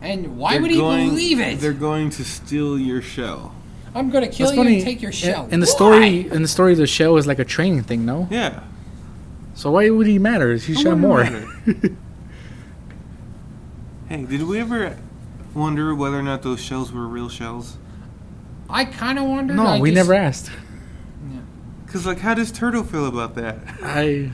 Speaker 3: And why
Speaker 1: They're
Speaker 3: would he
Speaker 1: going-
Speaker 3: believe
Speaker 1: They're
Speaker 3: it?
Speaker 1: going to steal your shell.
Speaker 3: I'm gonna kill
Speaker 2: That's
Speaker 3: you
Speaker 2: funny.
Speaker 3: and take your
Speaker 2: in-
Speaker 3: shell.
Speaker 2: In the story, in the story, the shell is like a training thing, no?
Speaker 1: Yeah.
Speaker 2: So why would he matter? He should
Speaker 1: wouldn't
Speaker 2: have more.
Speaker 1: matter. hey, did we ever wonder whether or not those shells were real shells?
Speaker 3: I kind of
Speaker 2: <laughs>
Speaker 3: wondered.
Speaker 2: no,
Speaker 3: I
Speaker 2: we
Speaker 3: just-
Speaker 2: never asked.
Speaker 1: Cause like, how does Turtle feel about that?
Speaker 2: I.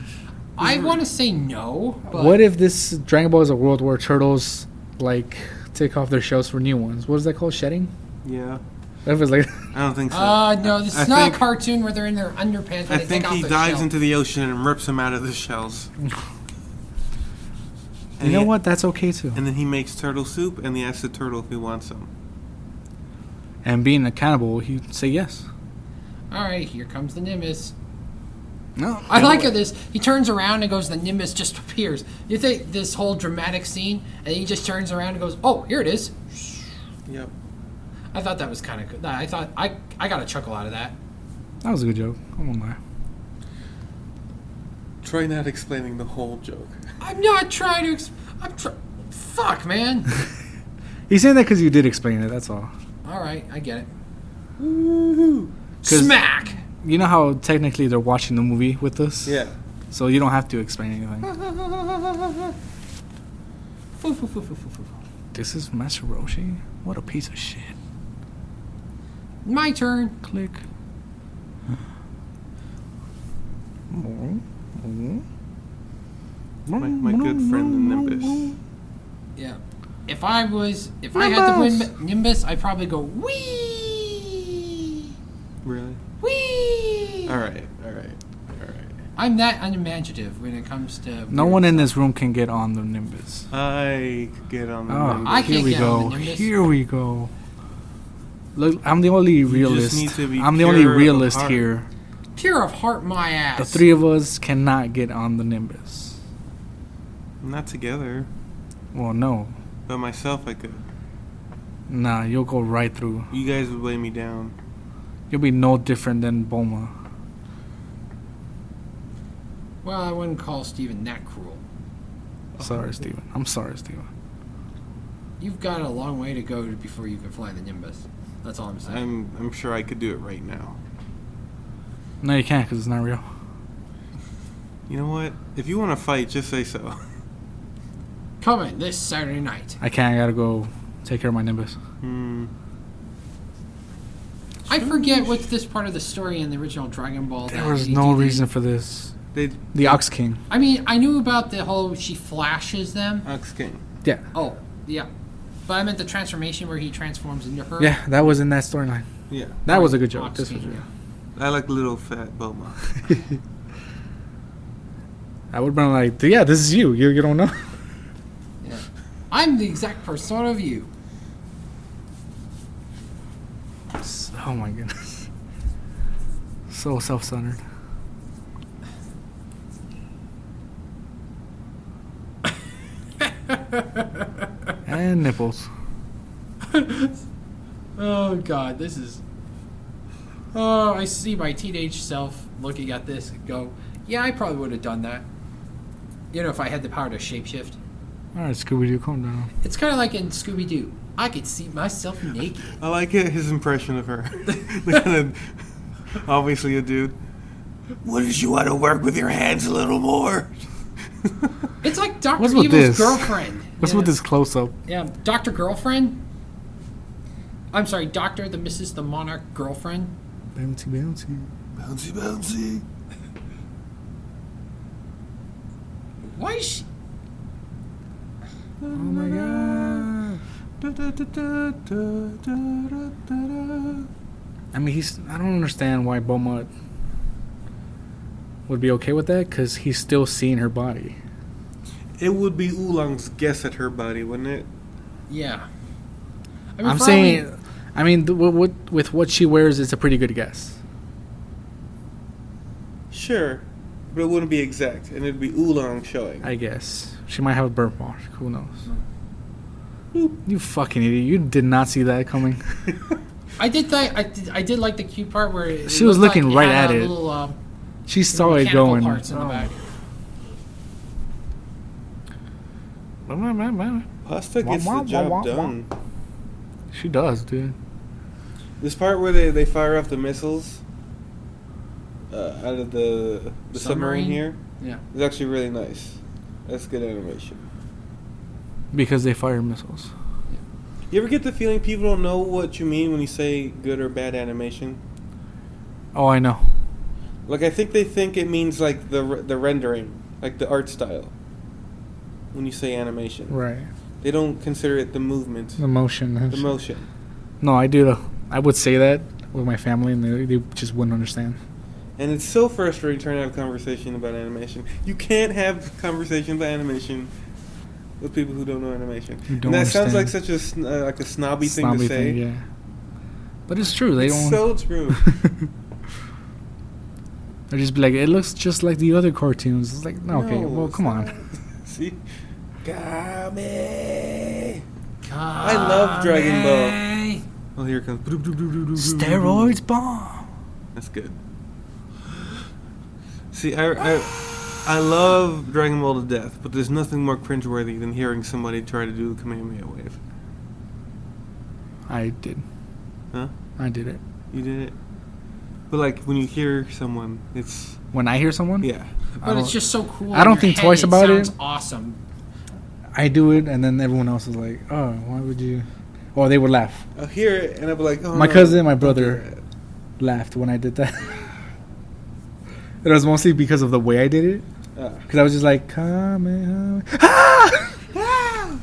Speaker 3: I want to say no, but
Speaker 2: what if this Dragon Ball is a world where turtles like take off their shells for new ones? What is that called? Shedding?
Speaker 1: Yeah,
Speaker 2: What if it's like <laughs>
Speaker 1: I don't think so.
Speaker 3: Uh, no, this
Speaker 1: I
Speaker 3: is not
Speaker 1: think-
Speaker 3: a cartoon where they're in their underpants. When
Speaker 1: I
Speaker 3: they
Speaker 1: think
Speaker 3: take
Speaker 1: he
Speaker 3: off their
Speaker 1: dives
Speaker 3: shell.
Speaker 1: into the ocean and rips them out of the
Speaker 3: <laughs>
Speaker 1: shells. And
Speaker 2: you know
Speaker 1: he-
Speaker 2: what? That's okay too.
Speaker 1: And then he makes turtle soup, and he asks the turtle if he wants some.
Speaker 2: And being a cannibal, he'd say yes.
Speaker 3: All right, here comes the Nimbus.
Speaker 2: No,
Speaker 3: I like how this. He turns around and goes. The Nimbus just appears. You think this whole dramatic scene, and he just turns around and goes, "Oh, here it is."
Speaker 1: Yep.
Speaker 3: I thought that was kind of. good. I thought I I got a chuckle out of that.
Speaker 2: That was a good joke. I won't lie.
Speaker 1: Try not explaining the whole joke.
Speaker 3: I'm not trying to. Exp- I'm try- Fuck, man. <laughs>
Speaker 2: He's saying that because you did explain it. That's all.
Speaker 3: All right, I get it.
Speaker 1: Woohoo!
Speaker 2: Cause-
Speaker 3: Smack.
Speaker 2: you know how technically they're watching the movie with us.
Speaker 1: Yeah.
Speaker 2: So you don't have to explain anything.
Speaker 3: Foo, foo, foo, foo, foo, foo, foo.
Speaker 2: This is Master Roshi. What a piece of shit.
Speaker 3: My turn.
Speaker 2: Click.
Speaker 1: My, my good friend the Nimbus.
Speaker 3: Yeah. If I was, if I had the win- Nimbus, I'd probably go wee,
Speaker 1: Really?
Speaker 3: wee.
Speaker 1: All right, all right, all right.
Speaker 3: I'm that unimaginative when it comes to.
Speaker 2: No one in this room can get on the Nimbus.
Speaker 1: I could get on the
Speaker 2: Oh,
Speaker 1: Nimbus.
Speaker 3: Ah, I
Speaker 2: here
Speaker 3: can't
Speaker 2: we
Speaker 3: get on
Speaker 2: go.
Speaker 3: the Nimbus.
Speaker 2: Here we go. Look, I'm the only realist.
Speaker 1: need to be
Speaker 2: I'm the only
Speaker 1: pure of
Speaker 2: realist
Speaker 1: heart.
Speaker 2: here.
Speaker 3: Pure of heart, my ass.
Speaker 2: The three of us cannot get on the Nimbus.
Speaker 1: Not together.
Speaker 2: Well, no.
Speaker 1: By myself, I could.
Speaker 2: Nah, you'll go right through.
Speaker 1: You guys would lay me down.
Speaker 2: You'll be no different than Boma.
Speaker 3: Well, I wouldn't call Steven that cruel.
Speaker 2: Sorry, Steven. I'm sorry, Steven.
Speaker 3: You've got a long way to go before you can fly the Nimbus. That's all I'm saying.
Speaker 1: I'm I'm sure I could do it right now.
Speaker 2: No, you can't because it's not real.
Speaker 1: You know what? If you want to fight, just say so. <laughs>
Speaker 3: Coming this Saturday night.
Speaker 2: I can't. I gotta go take care of my Nimbus.
Speaker 1: Hmm.
Speaker 3: I forget what's this part of the story in the original Dragon Ball.
Speaker 2: There
Speaker 3: that
Speaker 2: was
Speaker 3: they
Speaker 2: no
Speaker 3: do the-
Speaker 2: reason for this.
Speaker 1: They
Speaker 2: The Ox King.
Speaker 3: I mean, I knew about the whole she flashes them.
Speaker 1: Ox King.
Speaker 2: Yeah.
Speaker 3: Oh, yeah. But I meant the transformation where he transforms into her.
Speaker 2: Yeah, that was in that storyline.
Speaker 1: Yeah,
Speaker 2: That was a good joke.
Speaker 3: Ox
Speaker 2: This was
Speaker 3: King,
Speaker 2: real.
Speaker 1: I like little fat Boma.
Speaker 2: I would have been like, yeah, this is you. You, you don't know. <laughs>
Speaker 3: yeah. I'm the exact persona of you. <laughs>
Speaker 2: Oh my goodness. So self centered. and nipples.
Speaker 3: <laughs> Oh God, this is. Oh, I see my teenage self looking at this and go, "Yeah, I probably would have done that." You know, if I had the power to shapeshift.
Speaker 2: Alright, Scooby Doo, calm down.
Speaker 3: It's kind of like in Scooby Doo. I could see myself naked.
Speaker 1: I like it, his impression of her. <laughs> The kind of- obviously a dude. Wouldn't you want to work with your hands a little more?
Speaker 3: It's like Doctor
Speaker 2: What's
Speaker 3: Evil's
Speaker 2: with this?
Speaker 3: girlfriend.
Speaker 2: <laughs> What's
Speaker 3: Yeah.
Speaker 2: with this close up?
Speaker 3: Yeah, Doctor Girlfriend. I'm sorry, Doctor the Mrs. the Monarch Girlfriend.
Speaker 2: Bouncy, bouncy.
Speaker 1: Bouncy, bouncy.
Speaker 3: Why is she?
Speaker 2: Oh my god.
Speaker 1: Da, da, da, da, da, da, da, da.
Speaker 2: I mean, he's. I don't understand why Beaumont would be okay with that because he's still seeing her body.
Speaker 1: It would be Oolong's guess at her body, wouldn't it?
Speaker 3: Yeah. I mean,
Speaker 2: I'm
Speaker 3: for all
Speaker 2: saying, I mean, th- what, what with what she wears, it's a pretty good guess.
Speaker 1: Sure, but it wouldn't be exact, and it'd be Oolong showing.
Speaker 2: I guess she might have a birthmark. Who knows?
Speaker 1: Hmm.
Speaker 2: You fucking idiot! You did not see that coming. <laughs>
Speaker 3: I did like I did, I did like the cute part where it
Speaker 2: She was
Speaker 3: looked like
Speaker 2: looking right
Speaker 3: had
Speaker 2: at
Speaker 3: a
Speaker 2: it.
Speaker 3: Little, um,
Speaker 2: She saw it
Speaker 3: mechanical
Speaker 2: going. Oh.
Speaker 3: Parts in the back.
Speaker 1: <laughs>
Speaker 2: Oh.
Speaker 1: Pasta
Speaker 2: Wah,
Speaker 1: gets
Speaker 2: wah,
Speaker 1: the
Speaker 2: wah,
Speaker 1: job
Speaker 2: wah, wah.
Speaker 1: done.
Speaker 2: She does, dude.
Speaker 1: This part where they, they fire off the missiles uh, out of the, the submarine.
Speaker 3: Submarine?
Speaker 1: here
Speaker 3: Yeah.
Speaker 1: is actually really nice. That's good animation.
Speaker 2: Because they fire missiles.
Speaker 1: You ever get the feeling people don't know what you mean when you say good or bad animation?
Speaker 2: Oh, I know.
Speaker 1: Like I think they think it means like the re- the rendering, like the art style. When you say animation,
Speaker 2: Right.
Speaker 1: they don't consider it the movement,
Speaker 2: The motion.
Speaker 1: the motion.
Speaker 2: No, I do. though. I would say that with my family, and they, they just wouldn't understand.
Speaker 1: And it's so frustrating trying to have a conversation about animation. You can't have conversation about animation with people who don't know animation.
Speaker 2: Who don't
Speaker 1: and that sounds
Speaker 2: understand.
Speaker 1: like such a sn- uh, like a snobby, thing to
Speaker 2: Snobby
Speaker 1: say.
Speaker 2: yeah. But it's true. They
Speaker 1: It's
Speaker 2: don't.
Speaker 1: so
Speaker 2: <laughs>
Speaker 1: true.
Speaker 2: Or just be like, it looks just like the other cartoons. It's like, no, okay,
Speaker 1: No,
Speaker 2: well,
Speaker 1: it's <laughs>
Speaker 2: come
Speaker 1: not.
Speaker 2: on.
Speaker 1: See, Kame.
Speaker 3: I
Speaker 1: love Dragon Ball. Well, here it comes
Speaker 2: Steroids bomb.
Speaker 1: That's good. See, I, I I love Dragon Ball to death, but there's nothing more cringeworthy than hearing somebody try to do the Kamehameha wave.
Speaker 2: I did.
Speaker 1: Huh?
Speaker 2: I did it.
Speaker 1: You did it. But like when you hear someone, it's
Speaker 2: When I hear someone,
Speaker 1: yeah.
Speaker 2: I
Speaker 3: But it's
Speaker 2: don't-
Speaker 3: just so cool.
Speaker 2: I
Speaker 3: in
Speaker 2: don't
Speaker 3: your
Speaker 2: think
Speaker 3: head,
Speaker 2: twice about
Speaker 3: sounds
Speaker 2: it.
Speaker 3: Awesome.
Speaker 2: I do it, and then everyone else is like, "Oh, why would you?" Or they would laugh.
Speaker 1: I'll hear it and I'll be like, oh,
Speaker 2: my
Speaker 1: no.
Speaker 2: cousin, my brother, laughed when I did that. <laughs> it was mostly because of the way I did it,
Speaker 1: Ah.
Speaker 2: because I was just like, "Come and hum-"
Speaker 1: Ah!
Speaker 2: <laughs>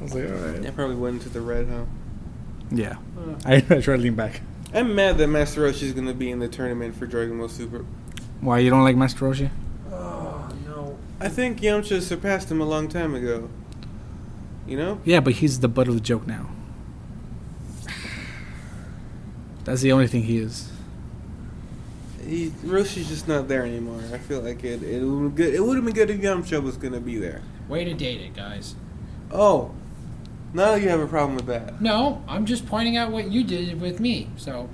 Speaker 2: I was like, "All
Speaker 1: I
Speaker 2: right."
Speaker 1: probably went to the red, huh?
Speaker 2: Yeah, I, <laughs> I tried to lean back.
Speaker 1: I'm mad that Master Roshi is going to be in the tournament for Dragon Ball Super.
Speaker 2: Why you don't like Master Roshi?
Speaker 1: Oh no! I think Yamcha surpassed him a long time ago. You know?
Speaker 2: Yeah, but he's the butt of the joke now. That's the only thing he is.
Speaker 1: He Roshi's just not there anymore. I feel like it. It would good. It would have been good if Yamcha was gonna be there.
Speaker 3: Way to date it, guys.
Speaker 1: Oh, now you have a problem with that.
Speaker 3: No, I'm just pointing out what you did with me. So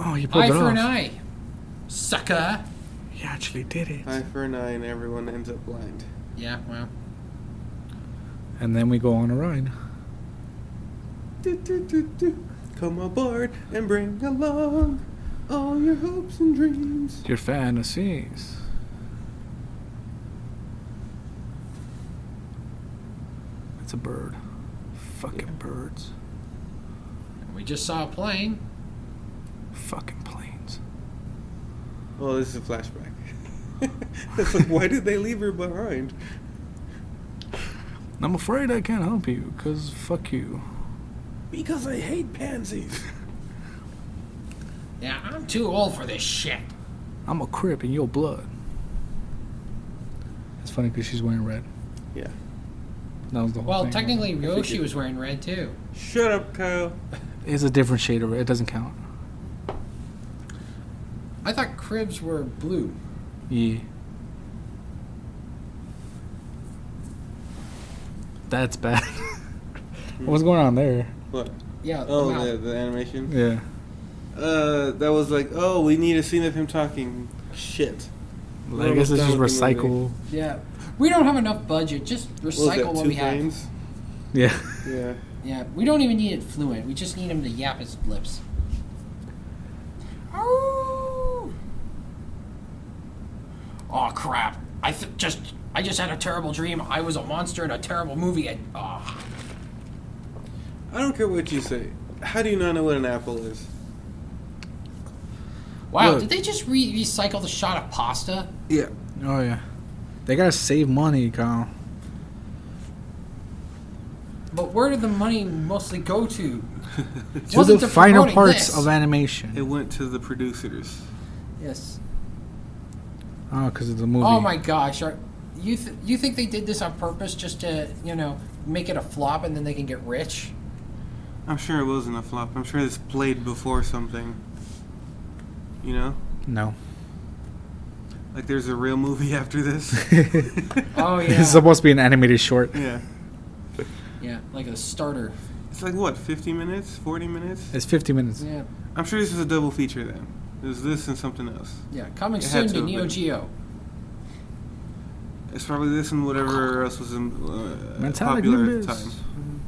Speaker 2: Oh, he pulled
Speaker 3: eye
Speaker 2: it
Speaker 3: for
Speaker 2: off.
Speaker 3: an eye, sucker.
Speaker 2: He actually did it.
Speaker 1: Eye for an eye, and everyone ends up blind.
Speaker 3: Yeah, well,
Speaker 2: And then we go on a ride.
Speaker 1: Do, do, do, do. Come aboard and bring along all your hopes and dreams.
Speaker 2: Your fantasies. It's a bird. Fucking birds.
Speaker 3: we just saw a plane.
Speaker 2: Fucking planes.
Speaker 1: Well, Oh, this is a flashback. <laughs> it's like, why did they leave her behind?
Speaker 2: I'm afraid I can't help you, cause fuck you.
Speaker 1: Because I hate pansies. <laughs>
Speaker 3: Yeah, I'm too old for this shit.
Speaker 2: I'm a crip in your blood. It's funny because she's wearing red.
Speaker 1: Yeah.
Speaker 2: That was the whole
Speaker 3: Well,
Speaker 2: thing.
Speaker 3: technically, Ryoshi was wearing red too.
Speaker 1: Shut up, Kyle.
Speaker 2: it's a different shade of red. It doesn't count.
Speaker 3: I thought cribs were blue.
Speaker 2: Yeah. That's bad. <laughs> What's going on there?
Speaker 1: What?
Speaker 3: Yeah.
Speaker 1: Oh,
Speaker 3: wow.
Speaker 1: the, the animation.
Speaker 2: Yeah.
Speaker 1: Uh, that was like, oh, we need a scene of him talking shit.
Speaker 2: I guess it's
Speaker 1: Almost
Speaker 2: just
Speaker 1: done with the
Speaker 2: recycle.
Speaker 3: Yeah. We don't have enough budget. Just
Speaker 1: What was
Speaker 3: recycle
Speaker 1: that,
Speaker 3: what,
Speaker 1: two
Speaker 3: we have.
Speaker 1: frames?
Speaker 3: <laughs>
Speaker 2: Yeah.
Speaker 1: Yeah.
Speaker 3: Yeah, we don't even need it fluent. We just need him to yap his lips. Oh, oh crap! I th- just I just had a terrible dream. I was a monster in a terrible movie. And, oh.
Speaker 1: I don't care what you say. How do you not know what an apple is?
Speaker 3: Wow!
Speaker 2: Look.
Speaker 3: Did they just re- recycle the shot of pasta?
Speaker 1: Yeah.
Speaker 2: Oh yeah. They gotta save money, Kyle.
Speaker 3: But where did the money mostly go to?
Speaker 2: To the finer
Speaker 3: promoting
Speaker 2: parts
Speaker 3: this.
Speaker 2: of animation.
Speaker 1: It went to the producers.
Speaker 3: Yes.
Speaker 2: oh, because of the movie.
Speaker 3: Oh my gosh! Are, you th- you think they did this on purpose just to you know make it a flop and then they can get rich?
Speaker 1: I'm sure it wasn't a flop. I'm sure this played before something. You know?
Speaker 2: No.
Speaker 1: Like there's a real movie <laughs> after
Speaker 2: <laughs>
Speaker 1: this.
Speaker 3: <laughs> Oh yeah.
Speaker 2: It's supposed to be an animated short.
Speaker 1: yeah.
Speaker 3: Yeah, like a starter.
Speaker 1: It's like what, 50 minutes? 40 minutes?
Speaker 2: It's 50 minutes.
Speaker 3: Yeah,
Speaker 1: I'm sure this was a double feature then. It was this and something else.
Speaker 3: yeah. Coming
Speaker 1: It
Speaker 3: soon
Speaker 1: had
Speaker 3: to
Speaker 1: to have
Speaker 3: Neo
Speaker 1: been.
Speaker 3: Geo.
Speaker 1: It's probably this and whatever else was in, uh,
Speaker 2: Metallic
Speaker 1: popular at the
Speaker 2: Nimbus.
Speaker 1: time.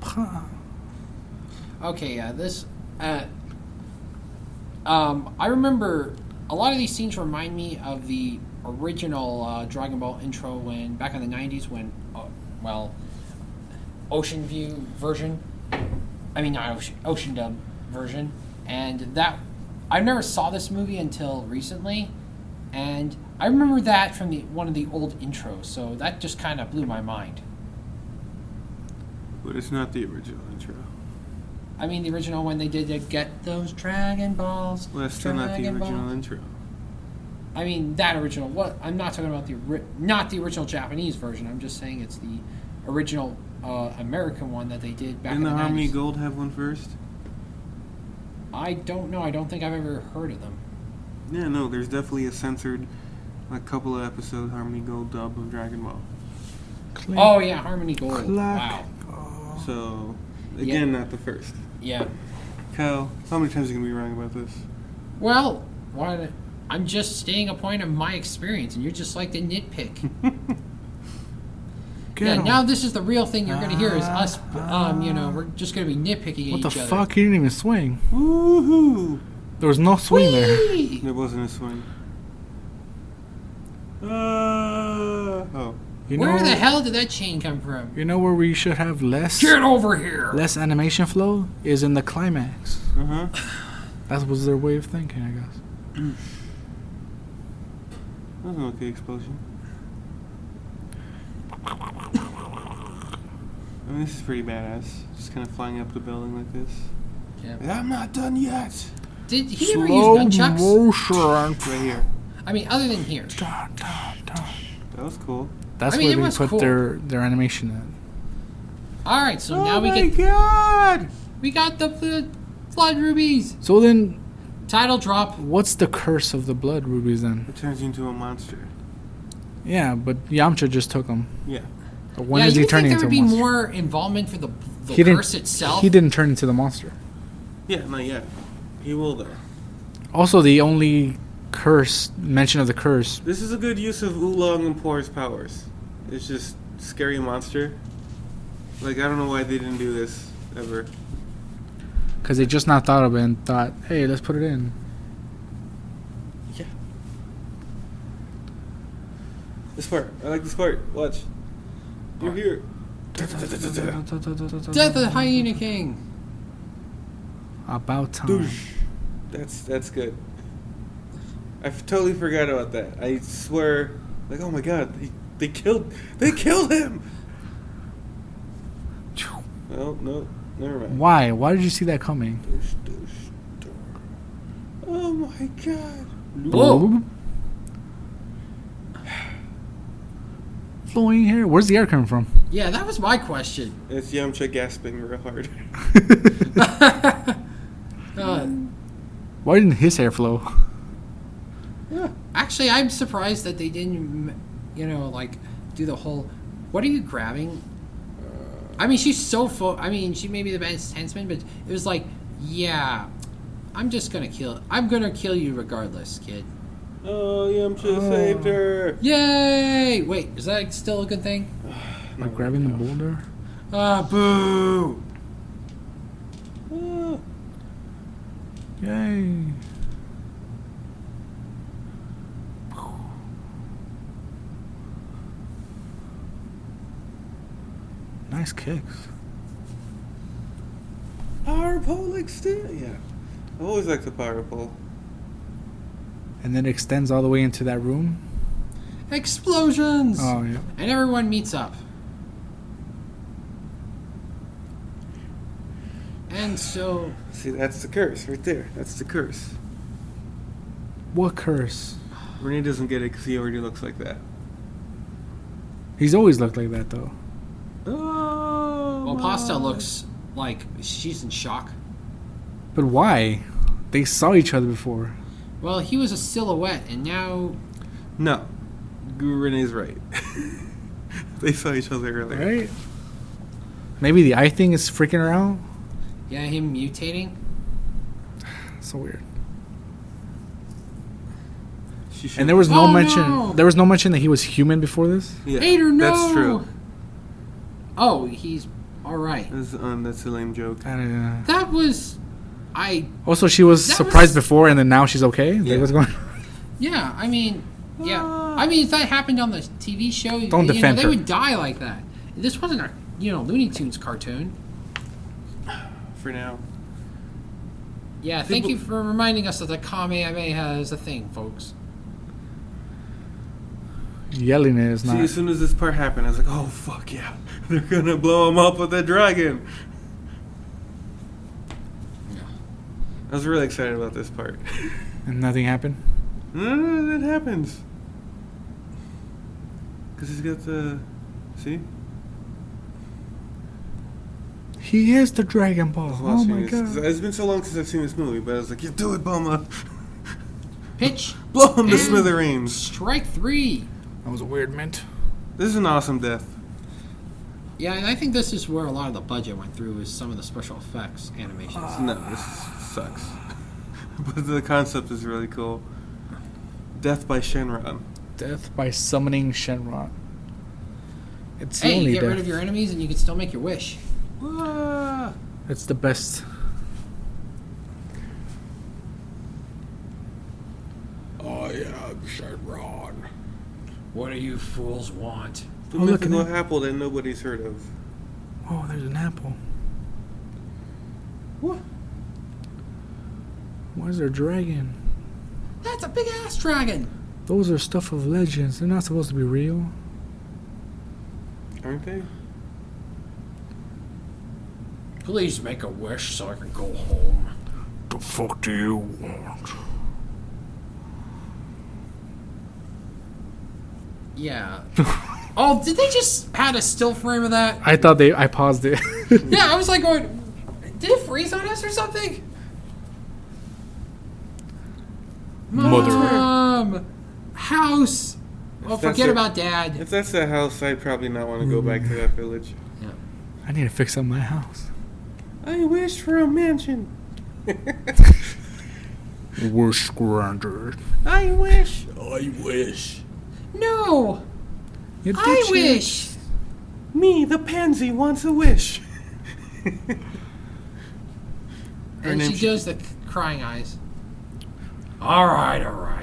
Speaker 2: Pah.
Speaker 3: Okay, yeah. This, uh, um, I remember a lot of these scenes remind me of the original uh, Dragon Ball intro when back in the '90s when, uh, well, Ocean View version. I mean, not Ocean, Ocean Dub version, and that I never saw this movie until recently, and I remember that from the one of the old intros. So that just kind of blew my mind.
Speaker 1: But it's not the original intro.
Speaker 3: I mean, the original one they did to get those Dragon Balls.
Speaker 1: Well, it's still not the
Speaker 3: Dragon
Speaker 1: original
Speaker 3: Balls.
Speaker 1: intro.
Speaker 3: I mean, that original. What I'm not talking about the ori- not the original Japanese version. I'm just saying it's the original uh, American one that they did back
Speaker 1: Didn't the
Speaker 3: in the
Speaker 1: Harmony
Speaker 3: 90s.
Speaker 1: Gold have one first?
Speaker 3: I don't know. I don't think I've ever heard of them.
Speaker 1: Yeah, no, there's definitely a censored, like, couple of episode Harmony Gold dub of Dragon Ball.
Speaker 2: Click.
Speaker 3: Oh yeah, Harmony Gold.
Speaker 2: Clack.
Speaker 3: Wow.
Speaker 2: Oh.
Speaker 1: So,
Speaker 3: Yeah.
Speaker 1: again, not the first.
Speaker 3: Yeah.
Speaker 1: Kyle, how many times are you gonna be wrong about this?
Speaker 3: Well, why? did- I'm
Speaker 1: <laughs>
Speaker 3: just stating a point of my experience, and you're just like the nitpick.
Speaker 1: Get
Speaker 3: yeah,
Speaker 1: him.
Speaker 3: now this is the real thing you're going to hear is us, um, you know, we're just going to be nitpicking
Speaker 2: What
Speaker 3: at
Speaker 2: the
Speaker 3: each other.
Speaker 2: fuck? He didn't even swing.
Speaker 1: Woohoo!
Speaker 2: There was no swing there.
Speaker 3: Whee!
Speaker 1: There wasn't a swing. Uh, oh.
Speaker 2: You
Speaker 3: Where
Speaker 2: know,
Speaker 3: the hell did that chain come from?
Speaker 2: You know where we should have less
Speaker 3: Get over here!
Speaker 2: less animation flow is in the climax.
Speaker 1: Uh huh.
Speaker 2: That was their way of thinking, I guess.
Speaker 1: That was an okay explosion. I mean, this is pretty badass. Just kind of flying up the building like this.
Speaker 3: Yeah.
Speaker 1: I'm not done yet.
Speaker 3: Did he never use nunchucks?
Speaker 2: motion.
Speaker 1: Right here.
Speaker 3: I mean, other than here.
Speaker 2: Da, da, da.
Speaker 1: That was cool.
Speaker 2: That's
Speaker 3: I mean, it
Speaker 2: where they
Speaker 3: was
Speaker 2: put
Speaker 3: cool.
Speaker 2: their their animation at.
Speaker 3: All right, so now
Speaker 1: oh
Speaker 3: we
Speaker 1: my
Speaker 3: get
Speaker 1: god!
Speaker 3: we got the fl- flood rubies.
Speaker 2: So then,
Speaker 3: Title drop.
Speaker 2: what's the curse of the blood rubies then?
Speaker 1: It turns you into a monster.
Speaker 2: Yeah, but Yamcha just took them.
Speaker 1: Yeah.
Speaker 2: When
Speaker 3: yeah,
Speaker 2: is
Speaker 3: you
Speaker 2: he
Speaker 3: would think
Speaker 2: turning
Speaker 3: there
Speaker 2: into
Speaker 3: would
Speaker 2: a
Speaker 3: be
Speaker 2: monster?
Speaker 3: more involvement for the the
Speaker 2: he
Speaker 3: curse
Speaker 2: didn't.
Speaker 3: itself.
Speaker 2: He didn't turn into the monster.
Speaker 1: Yeah, not yet. He will though.
Speaker 2: Also, the only curse mention of the curse.
Speaker 1: This is a good use of Oolong and Poor's powers. It's just scary monster. Like I don't know why they didn't do this ever.
Speaker 2: Because they just not thought of it and thought, hey, let's put it in.
Speaker 1: Yeah. This part, I like this part. Watch. You're here.
Speaker 2: <laughs>
Speaker 3: Death of the Hyena King.
Speaker 2: About time.
Speaker 1: Douche. That's that's good. I f- totally forgot about that. I swear, like oh my god, they, they killed they killed him. No, no, never mind.
Speaker 2: Why? Why did you see that coming?
Speaker 1: Douche, douche, douche. Oh my god.
Speaker 3: Whoa.
Speaker 2: Flowing hair. Where's the air coming from? <laughs>
Speaker 3: Yeah, that was my question. <laughs>
Speaker 1: It's Yamcha gasping real hard. <laughs>
Speaker 3: Uh,
Speaker 2: Why didn't his hair flow?
Speaker 3: actually, I'm surprised that they didn't, you know, like do the whole. What are you grabbing? I mean, she's so full. I mean, she may be the best henchman, but it was like, yeah, I'm just gonna kill. I'm gonna kill you regardless, kid.
Speaker 1: Oh, Yamcha saved her.
Speaker 3: Yay! Wait, is that still a good thing?
Speaker 2: Like grabbing the boulder?
Speaker 3: Ah, boo!
Speaker 1: Ah.
Speaker 2: Yay. Nice kicks.
Speaker 1: Power pole like still? Yeah. I always like the power pole.
Speaker 2: And then it extends all the way into that room.
Speaker 3: Explosions!
Speaker 2: Oh, yeah.
Speaker 3: And everyone meets up. And so,
Speaker 1: See, that's the curse right there. That's the curse.
Speaker 2: What curse?
Speaker 1: Renee doesn't get it because he already looks like that.
Speaker 2: He's always looked like that, though.
Speaker 1: Oh.
Speaker 3: well,
Speaker 1: my.
Speaker 3: Pasta looks like she's in shock.
Speaker 2: But why? They saw each other before.
Speaker 3: Well, he was a silhouette, and now,
Speaker 1: No. Renee's right. <laughs> they saw each other earlier.
Speaker 2: Right? Maybe the eye thing is freaking her out.
Speaker 3: yeah, him mutating.
Speaker 2: So weird.
Speaker 1: She should-
Speaker 2: And there was no
Speaker 3: Oh,
Speaker 2: mention.
Speaker 3: no!
Speaker 2: There was no mention that he was human before this.
Speaker 1: Yeah,
Speaker 3: Hater, no!
Speaker 1: That's true.
Speaker 3: Oh, he's alright.
Speaker 1: That's, um, that's a lame joke.
Speaker 2: I don't know.
Speaker 3: That was. I.
Speaker 2: Also, she was
Speaker 3: That
Speaker 2: surprised
Speaker 3: was-
Speaker 2: before, and then now she's okay. Like,
Speaker 1: Yeah.
Speaker 2: what's going?
Speaker 3: Yeah, I mean. Yeah. I mean, if that happened on the TV show, you
Speaker 2: Don't
Speaker 3: know,
Speaker 2: defend
Speaker 3: they
Speaker 2: her.
Speaker 3: would die like that. This wasn't a, you know, Looney Tunes cartoon.
Speaker 1: For now.
Speaker 3: Yeah, thank you for reminding us that the Kamehameha is a thing, folks.
Speaker 2: Yelling it is
Speaker 1: See,
Speaker 2: not.
Speaker 1: as soon as this part happened, I was like, "Oh fuck yeah, <laughs> they're gonna blow him up with the dragon." I was really excited about this part. <laughs>
Speaker 2: And nothing happened.
Speaker 1: no, no, no, that happens. Cause he's got the, see,
Speaker 2: He is the Dragon
Speaker 1: I
Speaker 2: Ball.
Speaker 1: was
Speaker 2: Oh
Speaker 1: watching
Speaker 2: my
Speaker 1: this, 'cause
Speaker 2: god.
Speaker 1: It's been so long since I've seen this movie, but I was like, "You do it, Boma.
Speaker 3: Pitch,
Speaker 1: <laughs> blow him to
Speaker 3: And-
Speaker 2: Mm.
Speaker 1: smithereens."
Speaker 3: strike three.
Speaker 2: That was a weird mint.
Speaker 1: This is an awesome death.
Speaker 3: Yeah, and I think this is where a lot of the budget went through is some of the special effects animations.
Speaker 1: No, this sucks. <laughs> but the concept is really cool. Death by Shenron.
Speaker 2: Death by summoning Shenron. It's the
Speaker 3: Hey, you
Speaker 2: only
Speaker 3: get
Speaker 2: death.
Speaker 3: rid of your enemies and you can still make your wish.
Speaker 1: Ah.
Speaker 2: It's the best.
Speaker 3: I am Shenron. What do you fools want?
Speaker 1: The
Speaker 2: Oh, look at
Speaker 1: mythical
Speaker 2: that.
Speaker 1: apple that nobody's heard of.
Speaker 2: Oh, there's an apple.
Speaker 1: What?
Speaker 2: Where's our dragon?
Speaker 3: That's a big ass dragon.
Speaker 2: Those are stuff of legends. They're not supposed to be real.
Speaker 1: Aren't they?
Speaker 3: Please make a wish so I can go home.
Speaker 2: The fuck do you want?
Speaker 3: Yeah. <laughs> oh, did they just had a still frame of that?
Speaker 2: I thought they. I paused it. <laughs>
Speaker 3: Yeah, I was like going, did it freeze on us or something?
Speaker 2: Mother.
Speaker 3: Mom, house. Oh,
Speaker 1: If that's
Speaker 3: forget
Speaker 1: it-
Speaker 3: about dad.
Speaker 1: If that's the house, I'd probably not want to go back
Speaker 2: Mm.
Speaker 1: to that village.
Speaker 2: I need to fix up my house.
Speaker 1: I wish for a mansion.
Speaker 2: We're squandered.
Speaker 1: I wish.
Speaker 3: I wish. No,
Speaker 2: You
Speaker 3: I
Speaker 2: did you?
Speaker 3: wish.
Speaker 1: Me, the pansy, wants a wish. Her
Speaker 3: And she
Speaker 1: name's-
Speaker 3: does the crying eyes. All right, all right.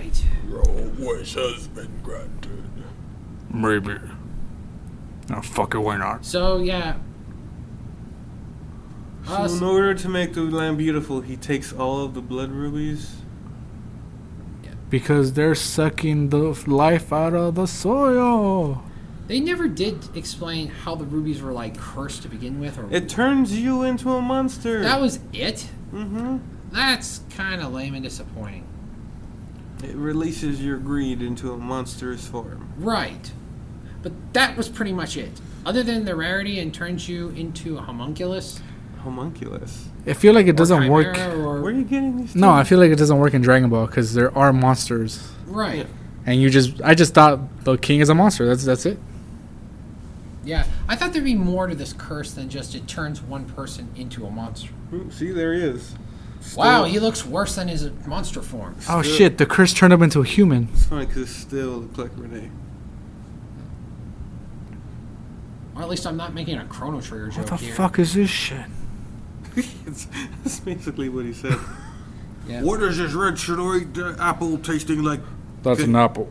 Speaker 2: Maybe. Oh, fuck it, why not?
Speaker 3: So yeah.
Speaker 1: So
Speaker 3: Us-
Speaker 1: in order to make the land beautiful, he takes all of the blood rubies.
Speaker 2: Because they're sucking the f- life out of the soil.
Speaker 3: They never did explain how the rubies were like cursed to begin with, or
Speaker 1: It turns you into a monster.
Speaker 3: that was it.
Speaker 1: mm-hmm.
Speaker 3: That's kind of lame and disappointing.
Speaker 1: It releases your greed into a monstrous form.
Speaker 3: Right, but that was pretty much it. Other than the rarity and turns you into a homunculus,
Speaker 1: Homunculus.
Speaker 2: I feel like it
Speaker 3: or
Speaker 2: doesn't work.
Speaker 3: chimera, or
Speaker 1: Where are you getting these?
Speaker 2: No, I
Speaker 1: things?
Speaker 2: feel like it doesn't work in Dragon Ball because there are monsters,
Speaker 3: right.
Speaker 2: and you just. I just thought the king is a monster. That's that's it.
Speaker 3: Yeah, I thought there'd be more to this curse than just it turns one person into a monster.
Speaker 1: Ooh, See, there he is. Still,
Speaker 3: Wow, he looks worse than his monster form.
Speaker 2: Oh
Speaker 1: Still-
Speaker 2: shit! The curse turned him into a human.
Speaker 1: It's funny because it still looks like Renee.
Speaker 3: Or at least I'm not making a Chrono Trigger joke
Speaker 2: What the
Speaker 3: here.
Speaker 2: fuck is this shit?
Speaker 1: <laughs> it's, that's basically what he said.
Speaker 3: <laughs> Yeah.
Speaker 1: What is this red shinoid uh, apple tasting like?
Speaker 2: That's an apple.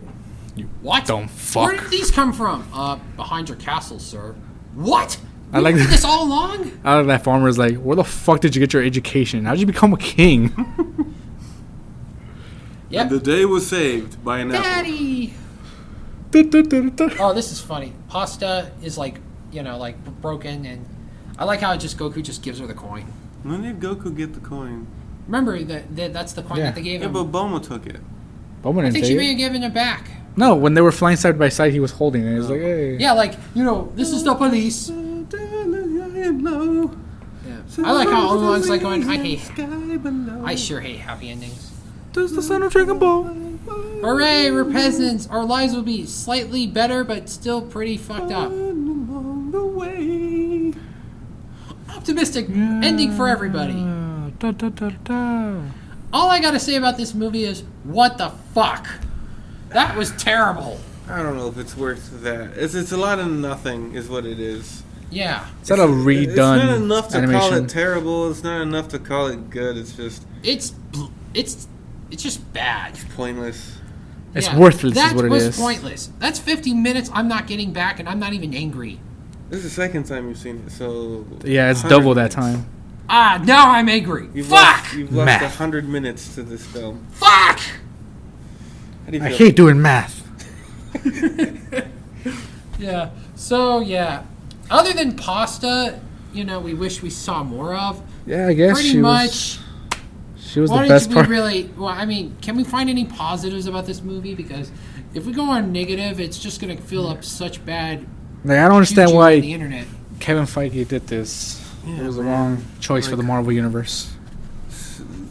Speaker 2: You
Speaker 3: What?
Speaker 2: Don't
Speaker 3: Where did
Speaker 2: fuck.
Speaker 3: these come from? Uh, behind your castle, sir. What?
Speaker 2: I like
Speaker 3: We did
Speaker 2: that-
Speaker 3: this all along.
Speaker 2: Out of that farmer's like, where the fuck did you get your education? How did you become a king? <laughs>
Speaker 1: And the
Speaker 3: Yep.
Speaker 1: day was saved by an apple.
Speaker 3: Daddy.
Speaker 2: Dun-dun-dun-dun.
Speaker 3: Oh, this is funny. Pasta is like, you know, like b- broken, and I like how just Goku just gives her the coin.
Speaker 1: When did Goku get the coin?
Speaker 3: Remember that that that's the coin
Speaker 2: Yeah.
Speaker 3: that they gave
Speaker 1: Yeah,
Speaker 3: him.
Speaker 1: but Bulma took it.
Speaker 2: Bowman
Speaker 3: I
Speaker 2: didn't
Speaker 3: think she
Speaker 2: say
Speaker 3: may
Speaker 2: it.
Speaker 3: have given it back.
Speaker 2: No, when they were flying side by side, he was holding it. He was like, hey.
Speaker 3: Oh. Yeah, like you know, this is the police.
Speaker 1: I
Speaker 3: Yeah. I like how Omulan's like going, I hate, I sure hate happy endings.
Speaker 2: There's the son of Dragon Ball.
Speaker 3: Hooray, we're peasants. Our lives will be slightly better, but still pretty fucked up.
Speaker 1: Along the way.
Speaker 3: Optimistic ending for everybody.
Speaker 2: Uh, da, da, da, da.
Speaker 3: All I gotta say about this movie is, what the fuck? That was terrible.
Speaker 1: I don't know if it's worth that. It's, it's a lot of nothing, is what it is.
Speaker 3: Yeah,
Speaker 2: It's not a redone
Speaker 1: It's not enough to
Speaker 2: animation.
Speaker 1: call it terrible. It's not enough to call it good. It's just
Speaker 3: it's bl- it's it's just bad.
Speaker 1: pointless.
Speaker 2: it's
Speaker 3: Yeah.
Speaker 2: worthless,
Speaker 3: That
Speaker 2: is what it
Speaker 3: was
Speaker 2: is.
Speaker 3: pointless. That's 50 minutes. I'm not getting back, and I'm not even angry.
Speaker 1: This is the second time you've seen it, so
Speaker 2: Yeah, it's
Speaker 1: 100
Speaker 2: double that
Speaker 1: minutes.
Speaker 2: time.
Speaker 3: Ah, now I'm angry.
Speaker 1: You've
Speaker 3: fuck,
Speaker 1: lost, you've lost
Speaker 2: Math.
Speaker 1: a hundred minutes to this film.
Speaker 3: fuck.
Speaker 1: How do you
Speaker 2: I
Speaker 1: feel?
Speaker 2: hate doing math.
Speaker 3: Yeah. So yeah. Other than pasta, you know, we wish we saw more of.
Speaker 2: Yeah, I guess
Speaker 3: Pretty
Speaker 2: she
Speaker 3: much.
Speaker 2: was. She was
Speaker 3: Why
Speaker 2: the
Speaker 3: did
Speaker 2: best
Speaker 3: we
Speaker 2: part.
Speaker 3: really? Well, I mean, can we find any positives about this movie? Because if we go on negative, it's just going to fill up such bad.
Speaker 2: like, I don't understand
Speaker 3: juju on
Speaker 2: why
Speaker 3: the internet.
Speaker 2: Kevin Feige did this.
Speaker 1: Yeah,
Speaker 2: it was the
Speaker 1: man.
Speaker 2: wrong choice for
Speaker 1: Like-
Speaker 2: the Marvel universe.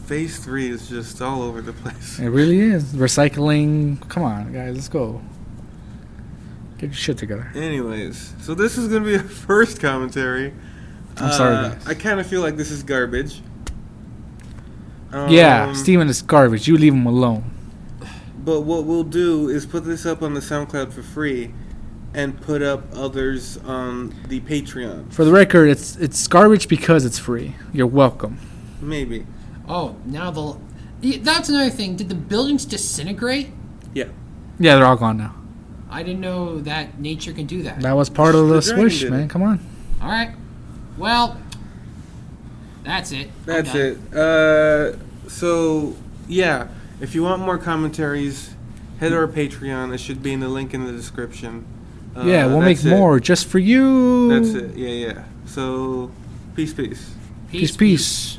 Speaker 1: Phase three is just all over the place.
Speaker 2: It really is recycling. Come on, guys, let's go. Get your shit together.
Speaker 1: Anyways, so this is gonna be a <laughs> first commentary. Uh,
Speaker 2: I'm sorry, guys.
Speaker 1: I kind of feel like this is garbage.
Speaker 2: yeah,
Speaker 1: Um,
Speaker 2: Steven is garbage. You leave him alone.
Speaker 1: But what we'll do is put this up on the SoundCloud for free, and put up others on the Patreon.
Speaker 2: For the record, it's it's garbage because it's free. You're welcome.
Speaker 1: Maybe.
Speaker 3: Oh, now the. Yeah, That's another thing. Did the buildings disintegrate?
Speaker 1: Yeah.
Speaker 2: Yeah, they're all gone now.
Speaker 3: I didn't know that nature can do that.
Speaker 2: That was part of the,
Speaker 1: The dragon
Speaker 2: swish,
Speaker 1: did
Speaker 2: man.
Speaker 1: it.
Speaker 2: Come on.
Speaker 3: All right. Well, that's it. I'm
Speaker 1: That's
Speaker 3: done.
Speaker 1: it. Uh, so yeah, if you want more commentaries, head to our Patreon. It should be in the link in the description. Uh,
Speaker 2: yeah, we'll make
Speaker 1: that's it.
Speaker 2: more just for you.
Speaker 1: That's it. Yeah, yeah. So peace, peace.
Speaker 2: peace. peace.